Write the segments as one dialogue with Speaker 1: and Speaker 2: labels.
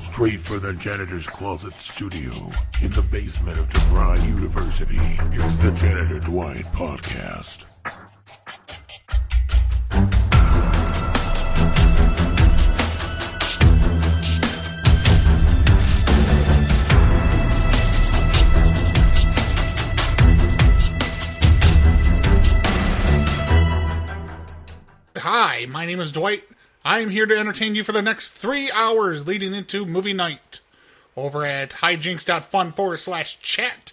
Speaker 1: straight from the janitor's closet studio in the basement of DeVry University. It's the Janitor Dwight Podcast.
Speaker 2: Hi, my name is Dwight. I am here to entertain you for the next three hours leading into movie night over at hijinks.fun forward slash chat,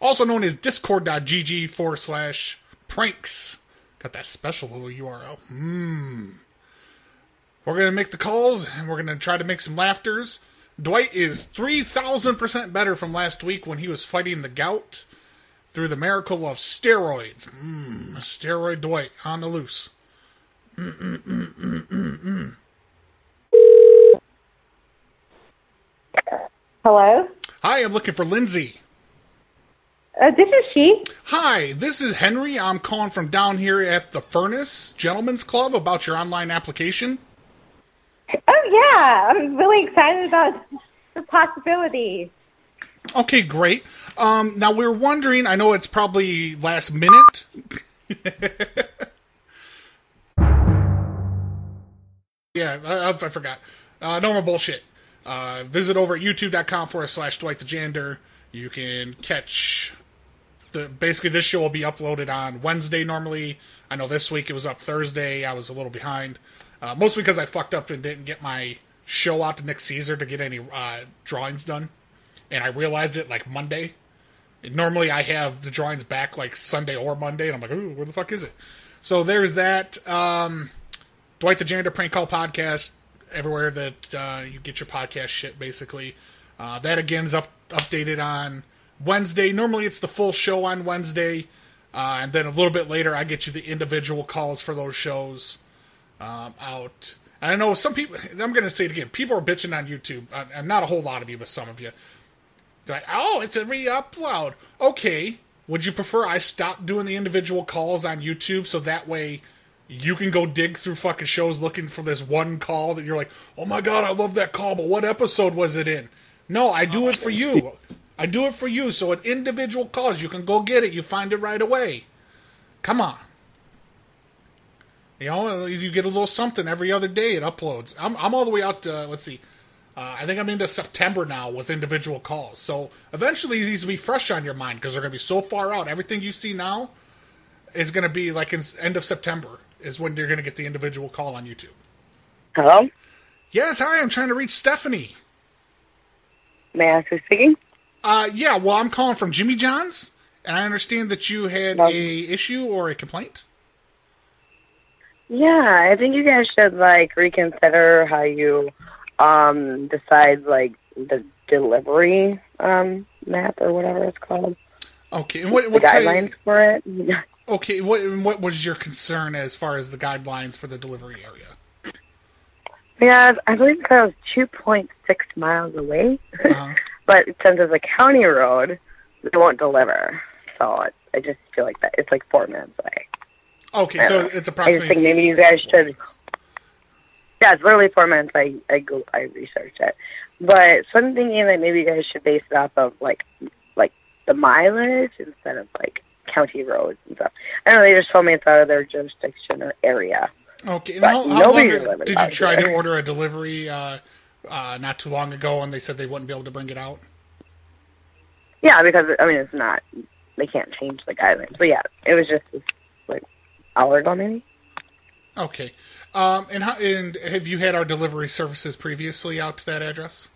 Speaker 2: also known as discord.gg forward slash pranks. Got that special little URL. Mmm. We're going to make the calls and we're going to try to make some laughters. Dwight is 3,000% better from last week when he was fighting the gout through the miracle of steroids. Mmm. Steroid Dwight on the loose.
Speaker 3: Hello?
Speaker 2: Hi, I'm looking for Lindsay.
Speaker 3: Uh, this is she.
Speaker 2: Hi, this is Henry. I'm calling from down here at the Furnace Gentlemen's Club about your online application.
Speaker 3: Oh, yeah. I'm really excited about the possibilities.
Speaker 2: Okay, great. Um, now we're wondering. I know it's probably last minute. yeah, I, I- I forgot. Uh, no more bullshit. Uh, visit over at youtube.com forward slash Dwight the Jander. You can catch the basically this show will be uploaded on Wednesday normally. I know this week it was up Thursday. I was a little behind, uh, mostly because I fucked up and didn't get my show out to Nick Caesar to get any uh, drawings done, and I realized it like Monday. And normally I have the drawings back like Sunday or Monday, and I'm like, ooh, where the fuck is it? So there's that. Um, Dwight the Janitor Prank Call Podcast, everywhere that uh, you get your podcast shit, basically. Uh, that again is up updated on Wednesday. Normally it's the full show on Wednesday, uh, and then a little bit later I get you the individual calls for those shows um, out. And I know some people. and I'm going to say it again. People are bitching on YouTube, uh, and not a whole lot of you, but some of you. They're like, "Oh, it's a re-upload." Okay, would you prefer I stop doing the individual calls on YouTube so that way you can go dig through fucking shows looking for this one call that you're like, "Oh my god, I love that call, but what episode was it in?" No, I do it for you. I do it for you. So at individual calls, you can go get it. You find it right away. Come on. You know, you get a little something every other day. It uploads. I'm, I'm all the way out to, let's see, uh, I think I'm into September now with individual calls. So eventually these will be fresh on your mind because they're going to be so far out. Everything you see now is going to be like in s- end of September is when you're going to get the individual call on YouTube.
Speaker 4: Hello?
Speaker 2: Yes, hi, I'm trying to reach Stephanie.
Speaker 4: May I ask who's speaking?
Speaker 2: Uh, yeah, well, I'm calling from Jimmy John's, and I understand that you had
Speaker 4: No.
Speaker 2: a issue or a complaint.
Speaker 4: Yeah, I think you guys should like reconsider how you um decide like the delivery um map or whatever it's called.
Speaker 2: Okay, and what,
Speaker 4: The
Speaker 2: what type-
Speaker 4: guidelines for it.
Speaker 2: Okay, what what was your concern as far as the guidelines for the delivery area?
Speaker 4: yeah, I believe it was two point six miles away.
Speaker 2: Uh-huh.
Speaker 4: but since it's a county road, they won't deliver. So it, I just feel like that it's like four minutes away.
Speaker 2: Okay, so it's approximately.
Speaker 4: Uh, think maybe you guys should- Yeah, it's literally four minutes. I I go I researched it, but so I'm thinking that maybe you guys should base it off of like like the mileage instead of like county roads and stuff. I don't know. They just told me it's out of their jurisdiction or area.
Speaker 2: Okay, and
Speaker 4: but
Speaker 2: how, how long
Speaker 4: nobody
Speaker 2: did
Speaker 4: delivered
Speaker 2: did you
Speaker 4: out
Speaker 2: try to
Speaker 4: here.
Speaker 2: order a delivery uh, uh, not too long ago, and they said they wouldn't be able to bring it out?
Speaker 4: Yeah, because I mean it's not they can't change the guidelines. But yeah, it was just like hour ago maybe.
Speaker 2: Okay, um, and how, and have you had our delivery services previously out to that address?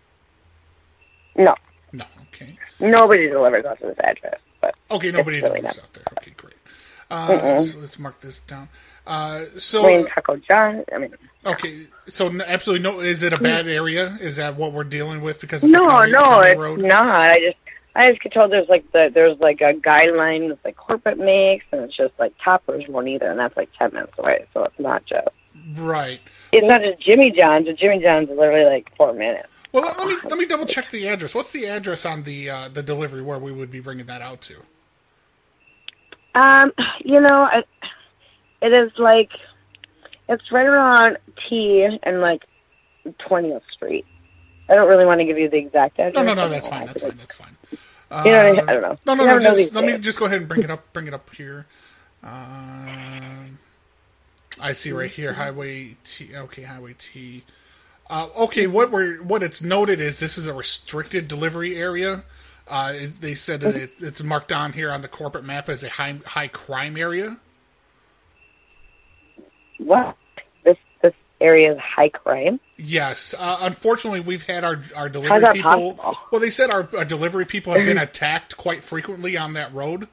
Speaker 4: No,
Speaker 2: No. Okay.
Speaker 4: nobody delivers out to this address. But
Speaker 2: Okay, nobody
Speaker 4: really
Speaker 2: delivers
Speaker 4: not-
Speaker 2: out there. Okay, great. Uh, so let's mark this down. Uh, so
Speaker 4: Wayne Taco John. I mean,
Speaker 2: Okay, so n absolutely no. Is it a bad area? Is that what we're dealing with? Because it's a
Speaker 4: No,
Speaker 2: county-
Speaker 4: no,
Speaker 2: county
Speaker 4: it's
Speaker 2: road?
Speaker 4: not. I just I just get told there's like the there's like a guideline that like corporate makes, and it's just like toppers won't either, and that's like ten minutes away. So it's not just
Speaker 2: right.
Speaker 4: it's not just Jimmy John's. but Jimmy John's is literally like four minutes.
Speaker 2: Well, let let me let me double check the address. What's the address on the uh, the delivery where we would be bringing that out to?
Speaker 4: Um, you know, I, it is like it's right around T and like twentieth Street. I don't really want to give you the exact address.
Speaker 2: No, no, no. That's fine. That's fine. That's fine. Uh,
Speaker 4: oh, You know, I don't know.
Speaker 2: No, no,
Speaker 4: You
Speaker 2: no.
Speaker 4: never know
Speaker 2: Just,
Speaker 4: these
Speaker 2: let me
Speaker 4: days.
Speaker 2: just go ahead and bring it up. Bring it up here. Um, I see right here, Highway T. Okay, Highway T. Uh, okay, what we're what it's noted is this is a restricted delivery area. Uh, it, they said that it, it's marked on here on the corporate map as a high high crime area.
Speaker 4: What? This this area is high crime.
Speaker 2: Yes, uh, unfortunately, we've had our our
Speaker 4: How's
Speaker 2: delivery
Speaker 4: that
Speaker 2: people.
Speaker 4: possible? Mm-hmm.
Speaker 2: Well, they said our, our delivery people have been attacked quite frequently on that road.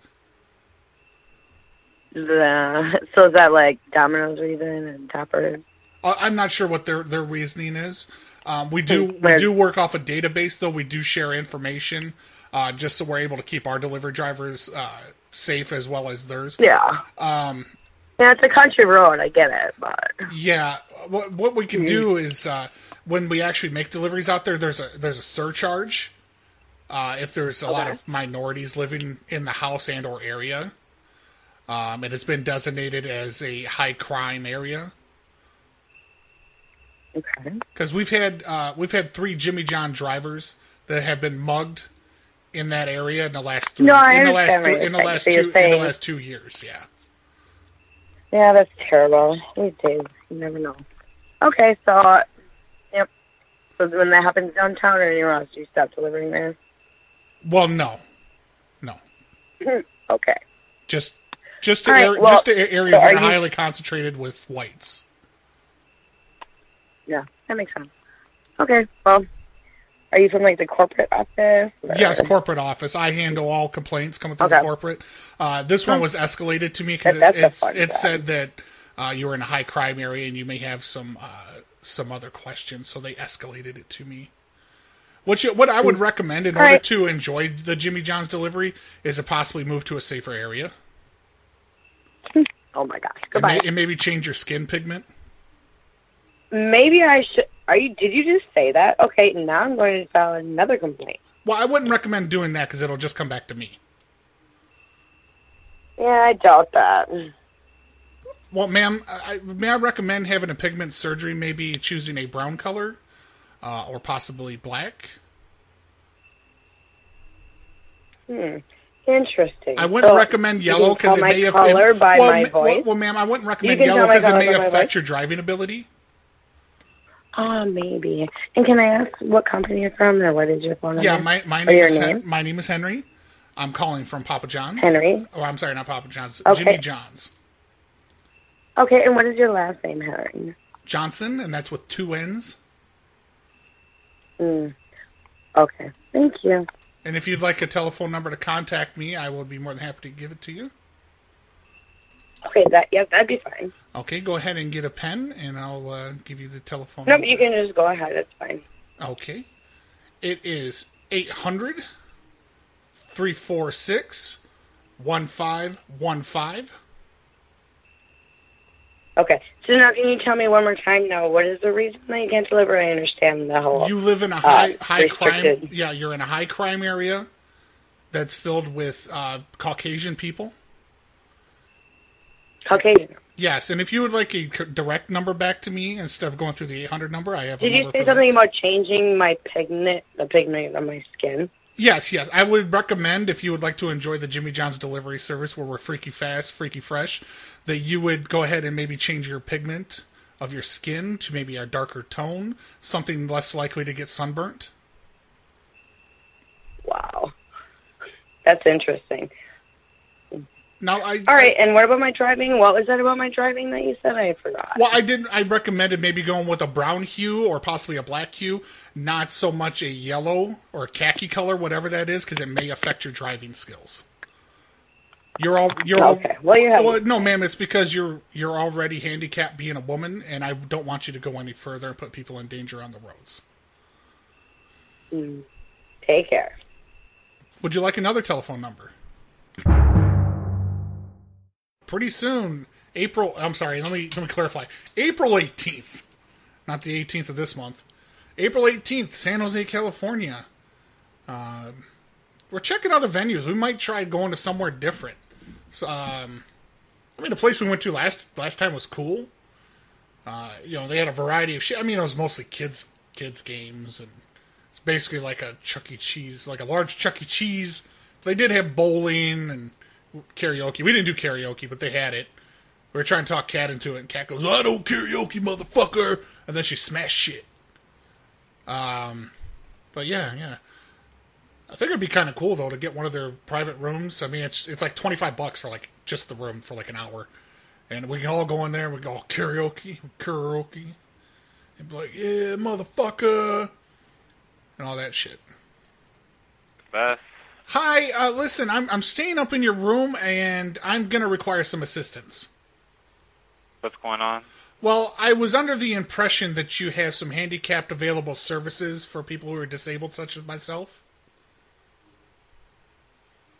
Speaker 4: The, so is that like Domino's reason and Topper?
Speaker 2: Uh, I'm not sure what their their reasoning is. Um, we do we
Speaker 4: Right.
Speaker 2: do work off a database though. We do share information uh, just so we're able to keep our delivery drivers uh, safe as well as theirs.
Speaker 4: Yeah. Um. Yeah, it's a country road. I get it, but
Speaker 2: Yeah, what what we can do is uh, when we actually make deliveries out there, there's a there's a surcharge uh, if there's
Speaker 4: Oh,
Speaker 2: a lot of minorities living in the house and or area, um, and it's been designated as a high crime area
Speaker 4: okay.
Speaker 2: because we've had uh, we've had three Jimmy John drivers that have been mugged in that area in the last three
Speaker 4: No, I
Speaker 2: in the last
Speaker 4: understand what
Speaker 2: three, in the
Speaker 4: you're
Speaker 2: last
Speaker 4: saying. So
Speaker 2: two
Speaker 4: you're
Speaker 2: in the
Speaker 4: saying-
Speaker 2: last two years. Yeah.
Speaker 4: Yeah, that's terrible. These days, you never know. Okay, so yep. So when that happens downtown or anywhere else, you stop delivering there.
Speaker 2: Well, no, no,
Speaker 4: Okay.
Speaker 2: just just to
Speaker 4: All right,
Speaker 2: ar-
Speaker 4: well,
Speaker 2: just to a- areas
Speaker 4: so
Speaker 2: that
Speaker 4: are
Speaker 2: are
Speaker 4: you-
Speaker 2: highly concentrated with whites.
Speaker 4: Yeah, that makes sense. Okay, well, are you from like the corporate office? or-
Speaker 2: Yes, corporate office. I handle all complaints coming through
Speaker 4: Okay. Hmm.
Speaker 2: corporate. Uh, this one was escalated to me because
Speaker 4: That-
Speaker 2: it,
Speaker 4: that's a
Speaker 2: it's
Speaker 4: fun
Speaker 2: it
Speaker 4: fact.
Speaker 2: said that uh, you were in a high crime area and you may have some uh, some other questions, so they escalated it to me. What you, what I would recommend in
Speaker 4: All
Speaker 2: order
Speaker 4: right.
Speaker 2: to enjoy the Jimmy John's delivery is to possibly move to a safer area
Speaker 4: Oh my gosh.
Speaker 2: and,
Speaker 4: Goodbye.
Speaker 2: may, and maybe change your skin pigment.
Speaker 4: Maybe I should. Are you? Did you just say that? Okay, now I'm going to file another complaint.
Speaker 2: Well, I wouldn't recommend doing that because it'll just come back to me.
Speaker 4: Yeah, I doubt that.
Speaker 2: Well, ma'am, I, I- may I recommend having a pigment surgery? Maybe choosing a brown color, uh, or possibly black.
Speaker 4: Interesting.
Speaker 2: I wouldn't
Speaker 4: So,
Speaker 2: recommend
Speaker 4: you
Speaker 2: yellow
Speaker 4: can
Speaker 2: because it
Speaker 4: tell
Speaker 2: may
Speaker 4: my
Speaker 2: affect.
Speaker 4: color by
Speaker 2: well,
Speaker 4: my
Speaker 2: ma-
Speaker 4: voice.
Speaker 2: Well, well, ma'am, I wouldn't recommend
Speaker 4: can
Speaker 2: yellow
Speaker 4: tell my
Speaker 2: because it
Speaker 4: color
Speaker 2: may
Speaker 4: by my
Speaker 2: affect
Speaker 4: voice?
Speaker 2: your driving ability.
Speaker 4: Ah, maybe. And can I ask what company you're from or what is your phone number?
Speaker 2: Yeah, my my
Speaker 4: Uh-huh. Or
Speaker 2: name
Speaker 4: your
Speaker 2: is
Speaker 4: name?
Speaker 2: Hen- my name is Henry. I'm calling from Papa John's.
Speaker 4: Henry.
Speaker 2: Oh, I'm sorry, not Papa John's.
Speaker 4: Okay.
Speaker 2: Jimmy John's
Speaker 4: Okay, and what is your last name, Henry?
Speaker 2: Johnson, and that's with two N's.
Speaker 4: Mm. Okay, thank you.
Speaker 2: And if you'd like a telephone number to contact me, I will be more than happy to give it to you.
Speaker 4: Okay, that yeah, that'd be fine.
Speaker 2: Okay, go ahead and get a pen, and I'll uh, give you the telephone.
Speaker 4: Nope,
Speaker 2: number.
Speaker 4: you can just go ahead. It's fine.
Speaker 2: Okay. It is 800 346 1515.
Speaker 4: Okay, so now can you tell me one more time now what is the reason that you can't deliver? I understand the whole.
Speaker 2: You live in a high,
Speaker 4: Uh,
Speaker 2: high crime.
Speaker 4: restricted.
Speaker 2: Yeah, you're in a high crime area that's filled with uh, Caucasian people.
Speaker 4: okay,
Speaker 2: Yes, and if you would like a c- direct number back to me instead of going through the 800 number, I have a
Speaker 4: did you
Speaker 2: number
Speaker 4: say
Speaker 2: for that.
Speaker 4: something about changing my pigment, the pigment of my skin?
Speaker 2: Yes, yes. I would recommend if you would like to enjoy the Jimmy John's delivery service where we're freaky fast, freaky fresh, that you would go ahead and maybe change your pigment of your skin to maybe a darker tone, something less likely to get sunburnt.
Speaker 4: Wow, that's interesting.
Speaker 2: Now I
Speaker 4: All right, and what about my driving? What was that about my driving that you said? I forgot.
Speaker 2: well, I didn't. I recommended maybe going with a brown hue or possibly a black hue, not so much a yellow or a khaki color, whatever that is, because it may affect your driving skills. You're all you're all-
Speaker 4: Okay. Well, you have-
Speaker 2: well, no, ma'am. It's because you're you're already handicapped being a woman, and I don't want you to go any further and put people in danger on the roads.
Speaker 4: Take care.
Speaker 2: Would you like another telephone number? Pretty soon, April. I'm sorry. Let me let me clarify. April 18th, not the 18th of this month. April 18th, San Jose, California. Um, we're checking other venues. We might try going to somewhere different. So, um, I mean, the place we went to last last time was cool. Uh, you know, they had a variety of shit. I mean, it was mostly kids kids games and It's basically like a Chuck E. Cheese, like a large Chuck E. Cheese. They did have bowling and karaoke. We didn't do karaoke, but they had it. We were trying to talk Cat into it, and Cat goes, "I don't karaoke, motherfucker!" And then she smashed shit. Um, but yeah, yeah. I think it'd be kind of cool though to get one of their private rooms. I mean, it's it's like twenty five bucks for like just the room for like an hour, and we can all go in there. and We go all karaoke, karaoke, and be like, yeah, motherfucker, and all that shit.
Speaker 5: Beth,
Speaker 2: Hi, uh, listen, I'm I'm staying up in your room, and I'm gonna require some assistance.
Speaker 5: what's going on?
Speaker 2: Well, I was under the impression that you have some handicapped available services for people who are disabled, such as myself.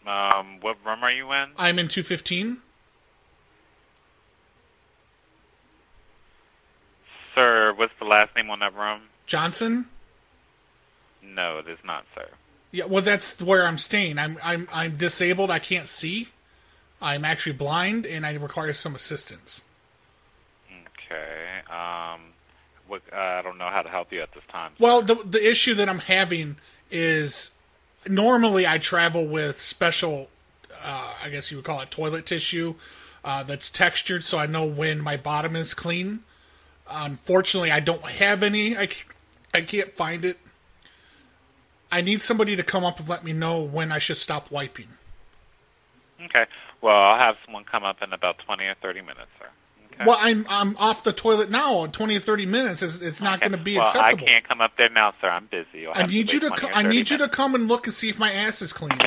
Speaker 5: Um, what room are you in?
Speaker 2: I'm in 215.
Speaker 5: Sir, what's the last name on that room?
Speaker 2: Johnson.
Speaker 5: No, it is not, sir.
Speaker 2: Yeah, well, that's where I'm staying. I'm I'm I'm disabled. I can't see. I'm actually blind, and I require some assistance.
Speaker 5: Okay. Um, what, I don't know how to help you at this time.
Speaker 2: Well, the the issue that I'm having is normally I travel with special, uh, I guess you would call it toilet tissue, uh, that's textured, so I know when my bottom is clean. Unfortunately, I don't have any. I c- I can't find it. I need somebody to come up and let me know when I should stop wiping.
Speaker 5: Okay. Well, I'll have someone come up in about 20 or 30 minutes, sir. Okay.
Speaker 2: Well, I'm I'm off the toilet now. In 20ty or thirty minutes, it's, it's not
Speaker 5: Okay.
Speaker 2: going to be
Speaker 5: well,
Speaker 2: acceptable.
Speaker 5: I can't come up there now, sir. I'm busy. You'll
Speaker 2: I
Speaker 5: have
Speaker 2: need you to
Speaker 5: wait
Speaker 2: co-
Speaker 5: 20 or
Speaker 2: I
Speaker 5: 30
Speaker 2: need you to
Speaker 5: minutes.
Speaker 2: come and look and see if my ass is clean.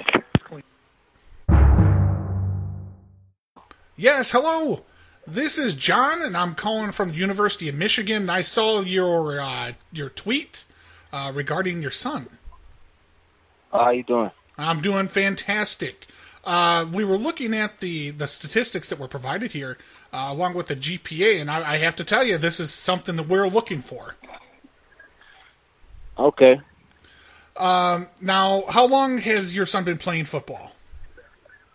Speaker 2: Yes, hello. This is John, and I'm calling from the University of Michigan. and I saw your uh, your tweet uh, regarding your son.
Speaker 6: How you doing?
Speaker 2: I'm doing fantastic. Uh, we were looking at the, the statistics that were provided here, uh, along with the GPA, and I, I have to tell you, this is something that we're looking for.
Speaker 6: Okay.
Speaker 2: Um, now, how long has your son been playing football?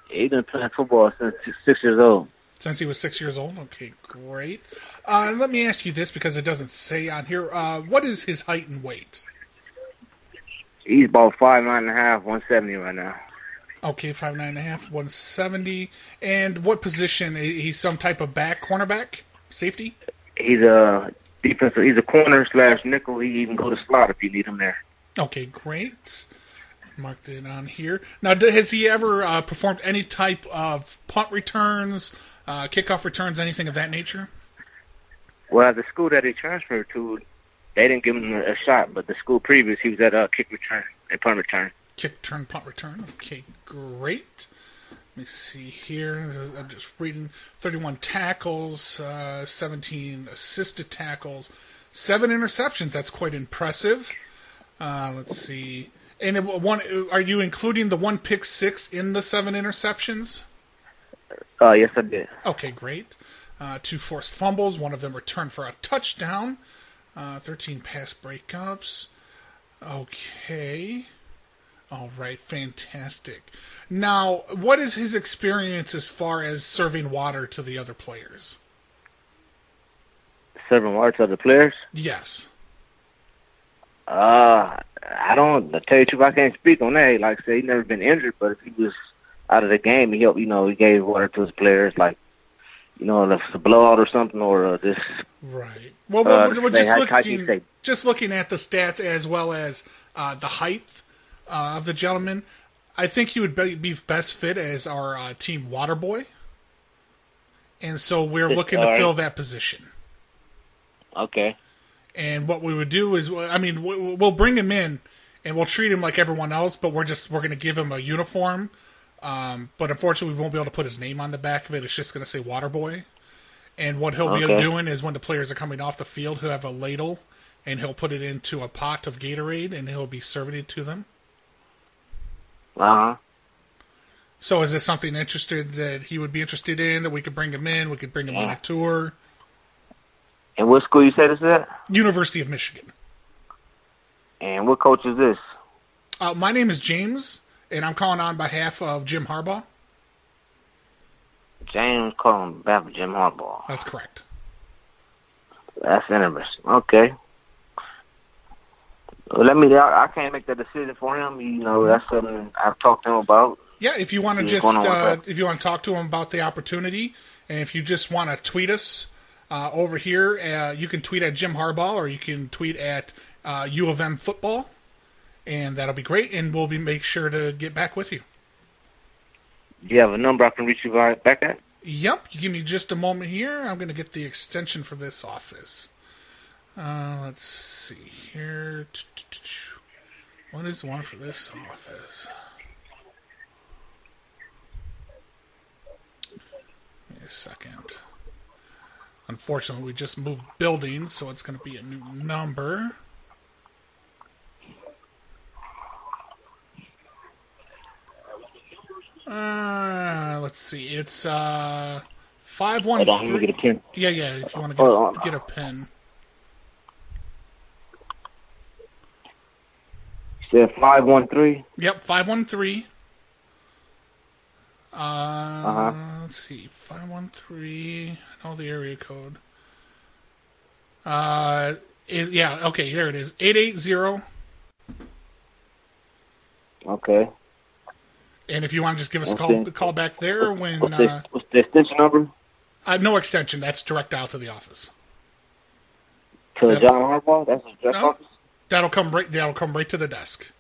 Speaker 6: He been playing football since he's six years old.
Speaker 2: Since he was six years old. Okay, great. Uh, and let me ask you this because it doesn't say on here. Uh, what is his height and weight?
Speaker 6: He's about five nine and a half, one seventy right now.
Speaker 2: Okay, five nine and a half, one seventy. And what position? He- He's some type of back, cornerback, safety.
Speaker 6: He's a defensive. He's a corner slash nickel. He even go to slot if you need him there.
Speaker 2: Okay, great. Marked it on here. Now, d- has he ever uh, performed any type of punt returns, uh, kickoff returns, anything of that nature?
Speaker 6: Well, the school that he transferred to, they didn't give him a shot. But the school previous, he was at uh, kick return and punt return.
Speaker 2: Kick, turn, punt, return. Okay, great. Let me see here. I'm just reading. 31 tackles, uh, 17 assisted tackles, seven interceptions. That's quite impressive. Uh, let's see. And it- one, are you including the one pick six in the seven interceptions?
Speaker 6: Uh, yes, I did.
Speaker 2: Okay, great. Uh, two forced fumbles. One of them returned for a touchdown. Uh, 13 pass breakups. Okay. All right, fantastic. Now, what is his experience as far as serving water to the other players?
Speaker 6: Seven yards of the players.
Speaker 2: Yes.
Speaker 6: Uh, I don't. To tell you the truth, I can't speak on that. Like I said, he never been injured, but if he was out of the game, he helped. You know, he gave water to his players, like you know, if it's a blowout or something, or uh, this.
Speaker 2: Right. Well,
Speaker 6: Uh,
Speaker 2: we're, we're
Speaker 6: they
Speaker 2: just
Speaker 6: had Kaji
Speaker 2: looking
Speaker 6: say-
Speaker 2: just looking at the stats as well as uh, the height uh, of the gentleman. I think he would be, be best fit as our uh, team water boy, and so we're looking to
Speaker 6: Alright.
Speaker 2: fill that position.
Speaker 6: Okay.
Speaker 2: And what we would do is, I mean, we- we'll bring him in and we'll treat him like everyone else, but we're just we're going to give him a uniform. Um, but unfortunately, we won't be able to put his name on the back of it. It's just going to say Waterboy. And what he'll be
Speaker 6: Okay.
Speaker 2: doing is when the players are coming off the field, he'll have a ladle and he'll put it into a pot of Gatorade and he'll be serving it to them.
Speaker 6: Uh huh.
Speaker 2: So, is this something interested that he would be interested in? That we could bring him in? We could bring him on a tour.
Speaker 6: And what school you say this is at?
Speaker 2: University of Michigan.
Speaker 6: And what coach is this?
Speaker 2: Uh, my name is James, and I'm calling on behalf of Jim Harbaugh.
Speaker 6: James Cullen, back with Jim Harbaugh.
Speaker 2: That's correct.
Speaker 6: That's interesting. Okay. let me. I, I can't make that decision for him. You know, that's something I've talked to him about.
Speaker 2: Yeah, if you want to
Speaker 6: Yeah,
Speaker 2: just
Speaker 6: going on with
Speaker 2: uh,
Speaker 6: that.
Speaker 2: if you want to talk to him about the opportunity, and if you just want to tweet us uh, over here, uh, you can tweet at Jim Harbaugh or you can tweet at uh, U of M football, and that'll be great. And we'll be make sure to get back with you.
Speaker 6: Do you have a number I can reach you by, back at?
Speaker 2: Yep, you give me just a moment here. I'm going to get the extension for this office. Uh, let's see here. What is the one for this office? Give me a second. Unfortunately, we just moved buildings, so it's going to be a new number. Uh, let's see. It's uh five one
Speaker 6: Hold on, let me
Speaker 2: three.
Speaker 6: get a pen.
Speaker 2: Yeah, yeah. If you want
Speaker 6: Hold
Speaker 2: to
Speaker 6: on.
Speaker 2: get, get a pen,
Speaker 6: You said five one three.
Speaker 2: yep, five one three.
Speaker 6: Uh huh.
Speaker 2: Uh, let's see, five one three. I know the area code. Uh, it, yeah, okay, there it is. Eight eight zero.
Speaker 6: Okay.
Speaker 2: And if you want to just give us a call,
Speaker 6: Okay.
Speaker 2: call back there when
Speaker 6: What's the
Speaker 2: uh,
Speaker 6: what's the extension number
Speaker 2: I have no extension. That's direct out to the office.
Speaker 6: to
Speaker 2: that-
Speaker 6: John Harbaugh? That's his direct
Speaker 2: No.
Speaker 6: office.
Speaker 2: That'll come right. That'll come right to the desk.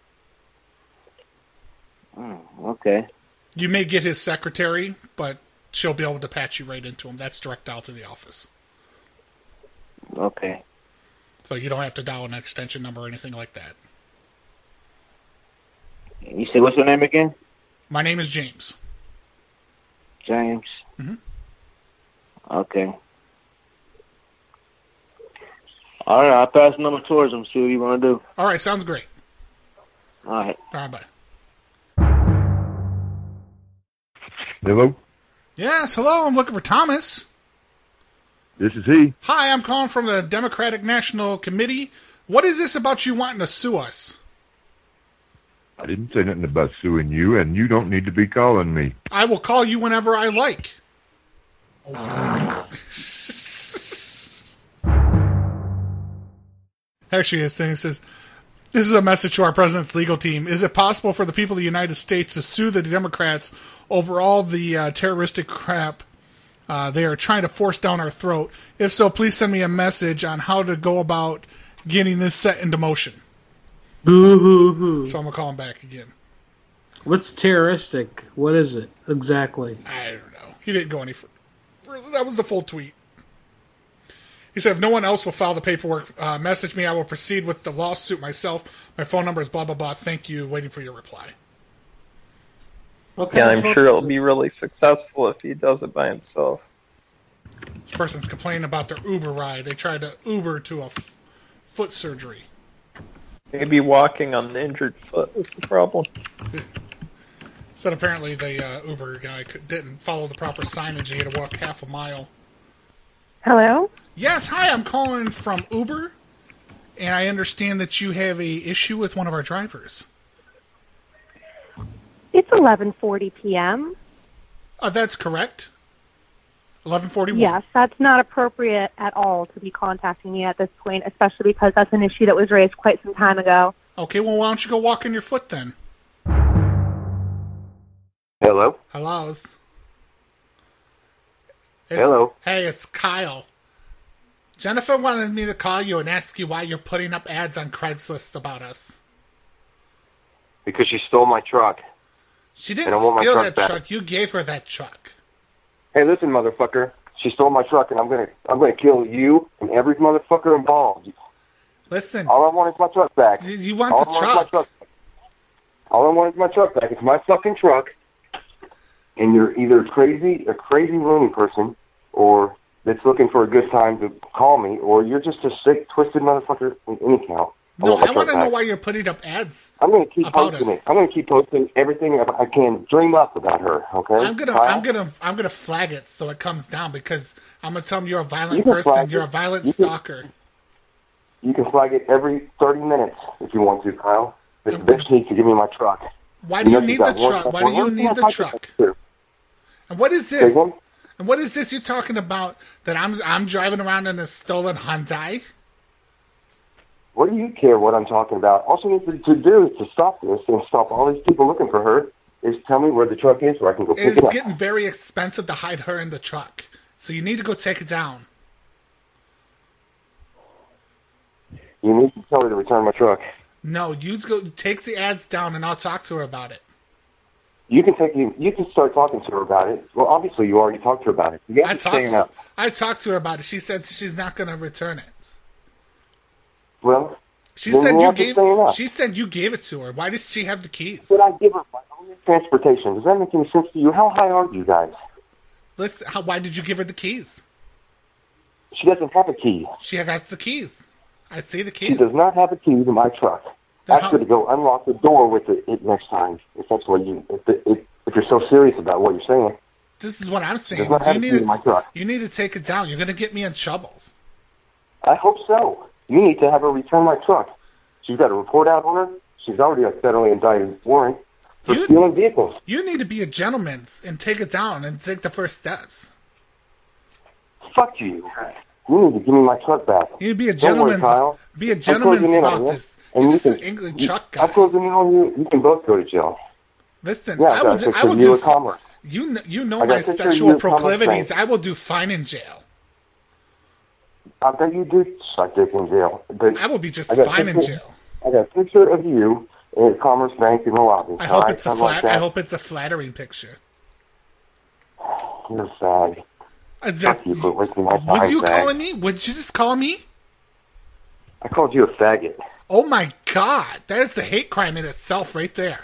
Speaker 6: Oh, okay.
Speaker 2: You may get his secretary, but she'll be able to patch you right into him. That's direct out to the office.
Speaker 6: Okay.
Speaker 2: So you don't have to dial an extension number or anything like that.
Speaker 6: You said what's your name again?
Speaker 2: My name is James.
Speaker 6: James.
Speaker 2: Mhm.
Speaker 6: Okay. All right, I'll pass the number towards him. See what you want to do.
Speaker 2: All right, sounds great.
Speaker 6: All right.
Speaker 2: All right, bye.
Speaker 7: Hello,
Speaker 2: Yes, hello. I'm looking for Thomas.
Speaker 7: this is he.
Speaker 2: Hi, I'm calling from the Democratic National Committee. What is this about you wanting to sue us?
Speaker 7: I didn't say nothing about suing you, and you don't need to be calling me.
Speaker 2: I will call you whenever I like. Actually, this thing says, "This is a message to our president's legal team. Is it possible for the people of the United States to sue the Democrats over all the uh, terroristic crap uh, they are trying to force down our throat? If so, please send me a message on how to go about getting this set into motion."
Speaker 8: Boo hoo hoo.
Speaker 2: So I'm gonna call him back again.
Speaker 8: What's terroristic? What is it exactly?
Speaker 2: I don't know. He didn't go any fur- further. That was the full tweet. He said, if no one else will file the paperwork, uh, message me. I will proceed with the lawsuit myself. My phone number is blah, blah, blah. Thank you. Waiting for your reply.
Speaker 9: And I'm sure it'll be really successful if he does it by himself.
Speaker 2: This person's complaining about their Uber ride. They tried to Uber to a f- foot surgery.
Speaker 9: Maybe walking on the injured foot is the problem.
Speaker 2: Said apparently the uh, Uber guy could, didn't follow the proper signage. He had to walk half a mile.
Speaker 3: Hello?
Speaker 2: Yes, hi. I'm calling from Uber, and I understand that you have a issue with one of our drivers.
Speaker 3: It's 11:40 p.m.
Speaker 2: Uh, that's correct. Eleven forty-one.
Speaker 3: Yes, that's not appropriate at all to be contacting me at this point, especially because that's an issue that was raised quite some time ago.
Speaker 2: Okay, well, why don't you go walk in your foot then?
Speaker 6: Hello.
Speaker 2: Hello. It's-
Speaker 6: Hello.
Speaker 2: Hey, it's Kyle. Jennifer wanted me to call you and ask you why you're putting up ads on Craigslist about us.
Speaker 6: Because you stole my truck.
Speaker 2: She
Speaker 6: And
Speaker 2: didn't
Speaker 6: I want my
Speaker 2: steal
Speaker 6: truck
Speaker 2: that
Speaker 6: back.
Speaker 2: truck. You gave her that truck.
Speaker 6: Hey, listen, motherfucker. She stole my truck, and I'm gonna I'm gonna kill you and every motherfucker involved.
Speaker 2: Listen,
Speaker 6: All I want is my truck back.
Speaker 2: you, you want
Speaker 6: All I
Speaker 2: the
Speaker 6: want is my
Speaker 2: truck.
Speaker 6: truck. back. All I want is my truck back. It's my fucking truck. And you're either crazy, a crazy loony person, or that's looking for a good time to call me, or you're just a sick, twisted motherfucker in any count.
Speaker 2: No,
Speaker 6: my
Speaker 2: I want
Speaker 6: truck
Speaker 2: to know
Speaker 6: back.
Speaker 2: why you're putting up ads.
Speaker 6: I'm gonna keep
Speaker 2: about
Speaker 6: posting
Speaker 2: us.
Speaker 6: it. I'm gonna keep posting everything I I can dream up about her. Okay.
Speaker 2: I'm gonna,
Speaker 6: Kyle?
Speaker 2: I'm gonna, I'm gonna flag it so it comes down because I'm gonna tell him you're a violent
Speaker 6: You can
Speaker 2: person.
Speaker 6: flag
Speaker 2: You're
Speaker 6: it.
Speaker 2: a violent
Speaker 6: You can-
Speaker 2: stalker.
Speaker 6: You can flag it every 30 minutes if you want to, Kyle. This
Speaker 2: Okay.
Speaker 6: bitch needs to give me my truck.
Speaker 2: Why do you
Speaker 6: know she's
Speaker 2: need the
Speaker 6: got one-
Speaker 2: truck? Why do you
Speaker 6: one-
Speaker 2: need the
Speaker 6: one-
Speaker 2: truck? And what is
Speaker 6: Say
Speaker 2: this?
Speaker 6: again?
Speaker 2: And what is this you're talking about? That I'm I'm driving around in a stolen Hyundai?
Speaker 6: What do you care what I'm talking about? All she needs to to do is to stop this and stop all these people looking for her. Is tell me where the truck is so I can go pick
Speaker 2: It's
Speaker 6: it up.
Speaker 2: getting very expensive to hide her in the truck, so you need to go take it down.
Speaker 6: You need to tell her to return my truck.
Speaker 2: No, you go take the ads down, and I'll talk to her about it.
Speaker 6: You can take you, you can start talking to her about it. Well, obviously you already talked to her about it. You
Speaker 2: I
Speaker 6: have to
Speaker 2: talked.
Speaker 6: stand up.
Speaker 2: I talked to her about it. She said she's not going to return it.
Speaker 6: Well,
Speaker 2: She
Speaker 6: then
Speaker 2: said
Speaker 6: you,
Speaker 2: you
Speaker 6: have to
Speaker 2: gave.
Speaker 6: stand up.
Speaker 2: She said you gave it to her. Why does she have the keys?
Speaker 6: Did I give her my own transportation? Does that make any sense to you? How high are you guys?
Speaker 2: Listen, how, why did you give her the keys?
Speaker 6: She doesn't have a key.
Speaker 2: She has the keys. I see the
Speaker 6: She
Speaker 2: keys.
Speaker 6: does not have a key to my truck. Ask her to go unlock the door with it, it next time. If that's what you, if, the, if, if you're so serious about what you're saying,
Speaker 2: This is what I'm saying.
Speaker 6: does not
Speaker 2: is
Speaker 6: have
Speaker 2: you
Speaker 6: a key
Speaker 2: need
Speaker 6: to my
Speaker 2: to,
Speaker 6: truck.
Speaker 2: you need to take it down. You're going to get me in trouble.
Speaker 6: I hope so. You need to have her return my truck. She's got a report out on her. She's already a federally indicted warrant for stealing vehicles.
Speaker 2: You need to be a gentleman and take it down and take the first steps.
Speaker 6: Fuck you. You need to give me my truck back.
Speaker 2: You be a
Speaker 6: Don't worry,
Speaker 2: gentleman.
Speaker 6: Kyle.
Speaker 2: Be a
Speaker 6: I'm
Speaker 2: gentleman
Speaker 6: closing in on
Speaker 2: about
Speaker 6: you.
Speaker 2: this.
Speaker 6: And
Speaker 2: You're
Speaker 6: you
Speaker 2: just an
Speaker 6: can-
Speaker 2: England
Speaker 6: you-
Speaker 2: truck guy.
Speaker 6: I'm closing in on you. You can both go to jail.
Speaker 2: Listen,
Speaker 6: Yeah,
Speaker 2: I will.
Speaker 6: that's
Speaker 2: Do,
Speaker 6: it
Speaker 2: I
Speaker 6: for
Speaker 2: will
Speaker 6: you
Speaker 2: do.
Speaker 6: and commerce.
Speaker 2: You know, you
Speaker 6: I
Speaker 2: know
Speaker 6: got
Speaker 2: my
Speaker 6: this for you
Speaker 2: sexual
Speaker 6: and commerce
Speaker 2: proclivities.
Speaker 6: thing.
Speaker 2: I will do fine in jail.
Speaker 6: I bet you do suck dick in jail. But
Speaker 2: I will be just
Speaker 6: I got
Speaker 2: fine in
Speaker 6: picture-
Speaker 2: jail.
Speaker 6: I got a picture of you at Commerce Bank in the lobby.
Speaker 2: I
Speaker 6: all
Speaker 2: hope
Speaker 6: right?
Speaker 2: it's a
Speaker 6: Something like
Speaker 2: flat. I
Speaker 6: that.
Speaker 2: hope it's a flattering picture.
Speaker 6: You're sad.
Speaker 2: Uh,
Speaker 6: Fuck you for wasting my time.
Speaker 2: Would you
Speaker 6: Zach.
Speaker 2: calling me? Would you just call me?
Speaker 6: I called you a faggot.
Speaker 2: Oh my god, that is the hate crime in itself, right there.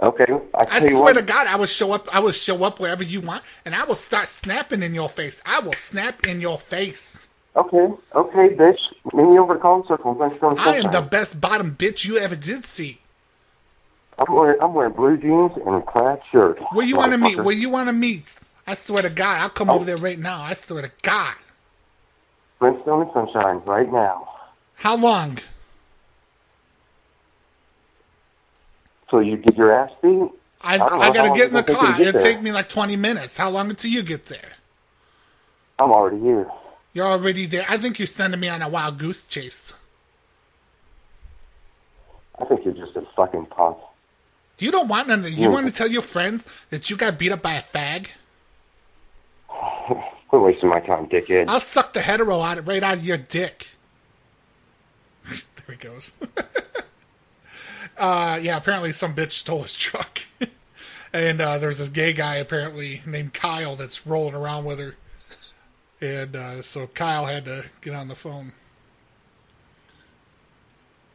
Speaker 6: Okay, I tell
Speaker 2: I
Speaker 6: you
Speaker 2: swear
Speaker 6: what.
Speaker 2: to God, I will show up. I will show up wherever you want, and I will start snapping in your face. I will snap in your face.
Speaker 6: Okay, okay, bitch. Meet me over to Collins Circle. We're going to go on
Speaker 2: I am the
Speaker 6: Sunshine.
Speaker 2: best bottom bitch you ever did see.
Speaker 6: I'm wearing, I'm wearing blue jeans and a plaid shirt.
Speaker 2: Where you want to meet?
Speaker 6: motherfucker.
Speaker 2: Where you want to meet? I swear to God, I'll come over there right now. I swear to God.
Speaker 6: Brimstone and Sunshine right now.
Speaker 2: How long?
Speaker 6: So you get your ass beat?
Speaker 2: I
Speaker 6: don't know
Speaker 2: I,
Speaker 6: how
Speaker 2: gotta
Speaker 6: long
Speaker 2: get in the
Speaker 6: it's gonna
Speaker 2: car.
Speaker 6: take you to get
Speaker 2: It'll
Speaker 6: there.
Speaker 2: take me like twenty minutes. How long until you get there?
Speaker 6: I'm already here.
Speaker 2: You're already there. I think you're sending me on a wild goose chase.
Speaker 6: I think you're just a fucking punk.
Speaker 2: You don't want none of You
Speaker 6: Yeah.
Speaker 2: want to tell your friends that you got beat up by a fag?
Speaker 6: Quit wasting my time, dickhead.
Speaker 2: I'll suck the hetero out right out of your dick. there he goes. uh, yeah, apparently some bitch stole his truck. and uh, there's this gay guy apparently named Kyle that's rolling around with her. And uh, so Kyle had to get on the phone.